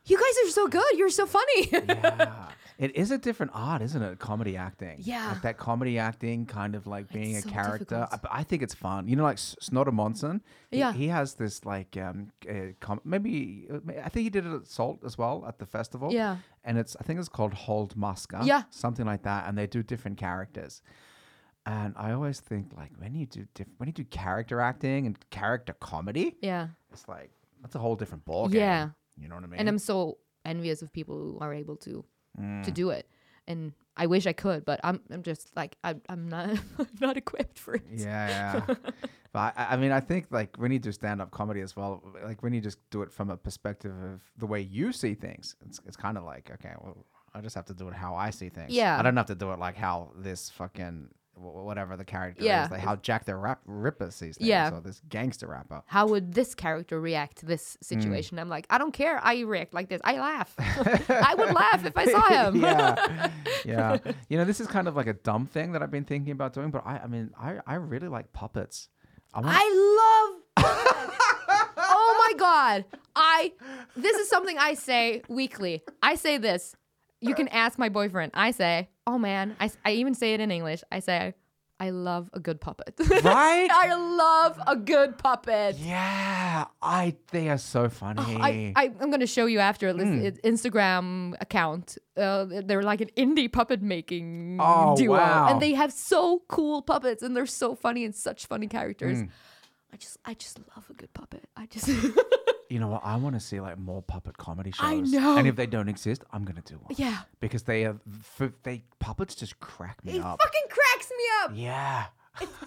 S2: you guys are so good. You're so funny.
S1: yeah. It is a different art, isn't it? Comedy acting.
S2: Yeah.
S1: Like that comedy acting, kind of like being
S2: It's
S1: a
S2: so
S1: character.
S2: difficult.
S1: I, but I think it's fun. You know, like S- Snodder Monson. he-
S2: Yeah.
S1: He, has this like um uh, com- maybe uh, I think he did it at Salt as well at the festival.
S2: Yeah.
S1: And it's I think it's called Hold Muska.
S2: Yeah.
S1: Something like that, and they do different characters. And I always think like when you do diff- when you do character acting and character comedy,
S2: yeah.
S1: it's like that's a whole different ballgame.
S2: Yeah.
S1: You know what I mean?
S2: And I'm so envious of people who are able to
S1: Mm.
S2: to do it. And I wish I could, but I'm I'm just like I'm I'm not I'm not equipped for it.
S1: Yeah, yeah. but I, I mean, I think like when you do stand up comedy as well, like when you just do it from a perspective of the way you see things, it's, it's kind of like, okay, well, I just have to do it how I see things.
S2: Yeah.
S1: I don't have to do it like how this fucking wh- wh- whatever the character
S2: Yeah.
S1: is, like how Jack the Rap- Ripper sees things,
S2: Yeah.
S1: or this gangster rapper.
S2: How would this character react to this
S1: Mm.
S2: situation? I'm like, I don't care. I react like this. I laugh. I would laugh if I saw him.
S1: yeah. Yeah. You know, this is kind of like a dumb thing that I've been thinking about doing, but I, I mean, I, I really like puppets. I want
S2: I love. oh my god! I this is something I say weekly. I say this. You can ask my boyfriend. I say, "Oh man," I, s- I even say it in English. I say, "I love a good puppet."
S1: Right?
S2: I love a good puppet.
S1: Yeah, I they are so funny.
S2: Oh, I, I, I'm going to show you after this
S1: Hmm.
S2: i- Instagram account. Uh, they're like an indie puppet making
S1: Oh,
S2: duo,
S1: wow.
S2: and they have so cool puppets, and they're so funny and such funny characters.
S1: Hmm.
S2: I just, I just love a good puppet. I just,
S1: you know what? I want to see like more puppet comedy shows.
S2: I know.
S1: And if they don't exist, I'm gonna do one.
S2: yeah,
S1: Because they are f- they puppets just crack me
S2: it
S1: up.
S2: fucking cracks me up.
S1: yeah.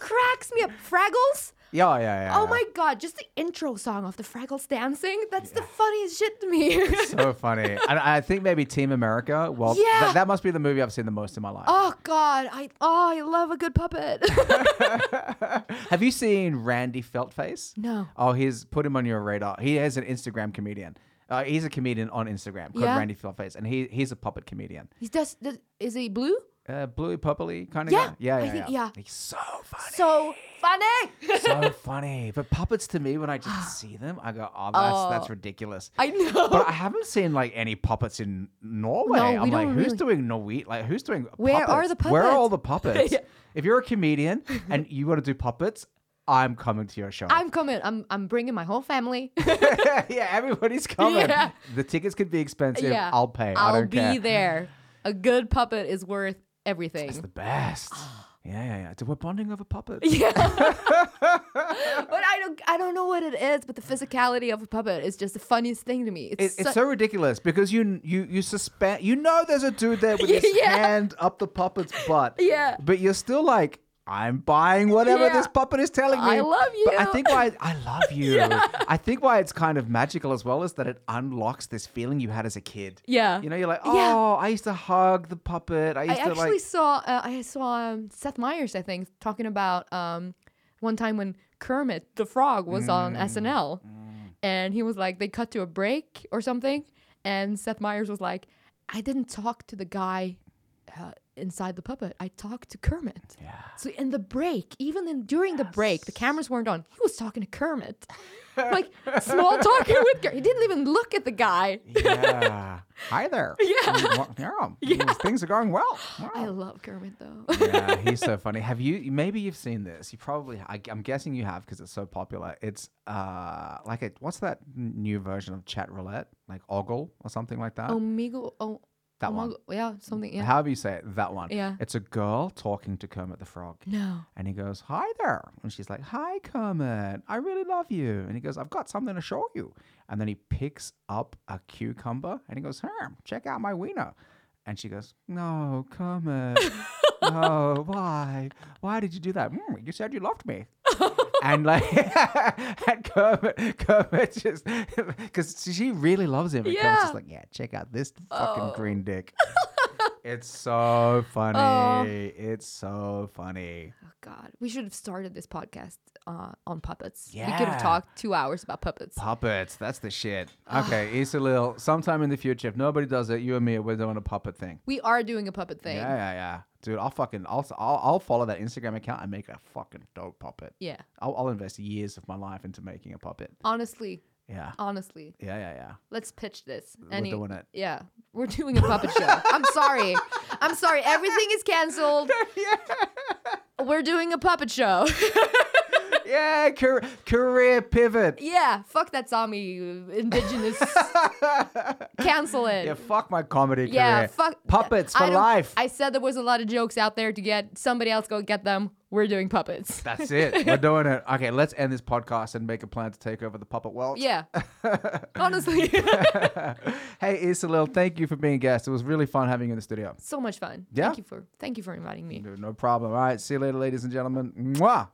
S2: cracks me up. Fraggles.
S1: Yeah, yeah, yeah.
S2: Oh
S1: yeah.
S2: my god! Just the intro song of the Fraggles dancing. That's the funniest shit to me.
S1: So funny. and I think maybe Team America. Well, th-
S2: Yeah.
S1: that must be the movie I've seen the most in my life.
S2: oh god! I, oh, I love a good puppet.
S1: Have you seen Randy Feltface?
S2: No.
S1: Oh, he's put him on your radar. He is an Instagram comedian. Uh, he's a comedian on Instagram called
S2: Yeah?
S1: Randy Feltface, and he he's a puppet comedian.
S2: he does. does is he blue?
S1: uh, bluey purpley kind of
S2: Yeah,
S1: guy. Yeah,
S2: I
S1: yeah,
S2: think-
S1: yeah.
S2: yeah.
S1: He's so funny,
S2: So funny.
S1: so funny. But puppets to me, when I just see them, I go, "Oh, that's that's
S2: Oh.
S1: ridiculous."
S2: I know.
S1: But I haven't seen like any puppets in Norway.
S2: No, we
S1: I'm like,
S2: don't
S1: who's
S2: really-
S1: doing Norway? Like, who's doing?
S2: Where are
S1: puppets?
S2: the
S1: Where are all the
S2: puppets?
S1: puppets?
S2: Yeah.
S1: If you're a comedian and you want to do puppets, I'm coming to your show.
S2: I'm coming. I'm I'm bringing my whole family.
S1: yeah, everybody's coming.
S2: Yeah.
S1: The tickets could be expensive.
S2: yeah.
S1: I'll pay. I
S2: I'll
S1: don't
S2: be
S1: care.
S2: there. A good puppet is worth everything.
S1: It's the best.
S2: Ah.
S1: yeah, yeah, yeah. So We're bonding over puppets.
S2: Yeah. but I don't I don't know what it is, but the physicality of a puppet is just the funniest thing to me. It's,
S1: It, it's
S2: such-
S1: so ridiculous because you you you suspend you know there's a dude there with his
S2: Yeah.
S1: hand up the puppet's butt.
S2: Yeah.
S1: But you're still like, I'm buying whatever
S2: Yeah.
S1: this puppet is telling me.
S2: I love
S1: But I
S2: you.
S1: think why I love you. I think why it's kind of magical as well is that it unlocks this feeling you had as a kid.
S2: Yeah.
S1: You know, you're like, oh,
S2: Yeah.
S1: I used to hug the puppet. I
S2: I
S1: used to
S2: actually
S1: like
S2: saw uh, I saw um, Seth Meyers, I think, talking about um, one time when Kermit the Frog was on
S1: Mm.
S2: SNL, and he was like, they cut to a break or something, and Seth Meyers was like, I didn't talk to the guy uh, inside the puppet. I talked to Kermit.
S1: Yeah.
S2: So in the break, even in during the break, the cameras weren't on. He was talking to Kermit, like small talking with Kermit. He didn't even look at the guy.
S1: Yeah. Hi there. Yeah. Yeah. Things are going well.
S2: I love Kermit though.
S1: yeah, he's so funny. Have you? Maybe you've seen this. You probably. I, am guessing you have because it's so popular. It's uh like a what's that n- new version of chat roulette? Like ogle or something like that.
S2: Omigo, oh,
S1: that one.
S2: omago- yeah, something. Yeah.
S1: However you say it, that one.
S2: Yeah.
S1: It's a girl talking to Kermit the Frog.
S2: No.
S1: And he goes, Hi there. And she's like, Hi, Kermit. I really love you. And he goes, I've got something to show you. And then he picks up a cucumber and he goes, Herm, check out my wiener. And she goes, No, Kermit. no, why? Why did you do that? "Mm, you said you loved me. and like, and Kermit, Kermit just, because she really loves him. And Kermit's
S2: Yeah.
S1: just like, Yeah, check out this fucking
S2: Oh.
S1: green dick. It's so funny. It's so funny.
S2: Oh God, we should have started this podcast uh, on puppets. We could
S1: Yeah.
S2: have talked two hours about puppets.
S1: Puppets, that's the shit.
S2: Ah.
S1: Okay, Issa Lil, sometime in the future, if nobody does it, you and me, we're doing a puppet thing.
S2: we are doing a puppet thing.
S1: Yeah, yeah, yeah. Dude, I'll fucking, I'll, I'll, I'll follow that Instagram account and make a fucking dope puppet.
S2: yeah.
S1: I'll, I'll invest years of my life into making a puppet.
S2: Honestly,
S1: Yeah.
S2: honestly,
S1: Yeah, yeah, yeah.
S2: let's pitch this.
S1: We're doing it.
S2: Yeah, we're doing a puppet show. I'm sorry. I'm sorry. Everything is canceled. We're doing a puppet show.
S1: Yeah, car- career pivot.
S2: yeah, fuck that Sami indigenous. Cancel it.
S1: Yeah, fuck my comedy
S2: Yeah,
S1: career.
S2: fuck
S1: Puppets for
S2: I don't-
S1: life.
S2: I said there was a lot of jokes out there to get. Somebody else go get them. We're doing puppets.
S1: That's it. We're doing it. Okay, let's end this podcast and make a plan to take over the puppet world.
S2: yeah. Honestly,
S1: hey, Isalil, thank you for being a guest. It was really fun having you in the studio.
S2: so much fun.
S1: Yeah.
S2: Thank you for thank you for inviting me.
S1: No problem. All right. See you later, ladies and gentlemen. Mwah.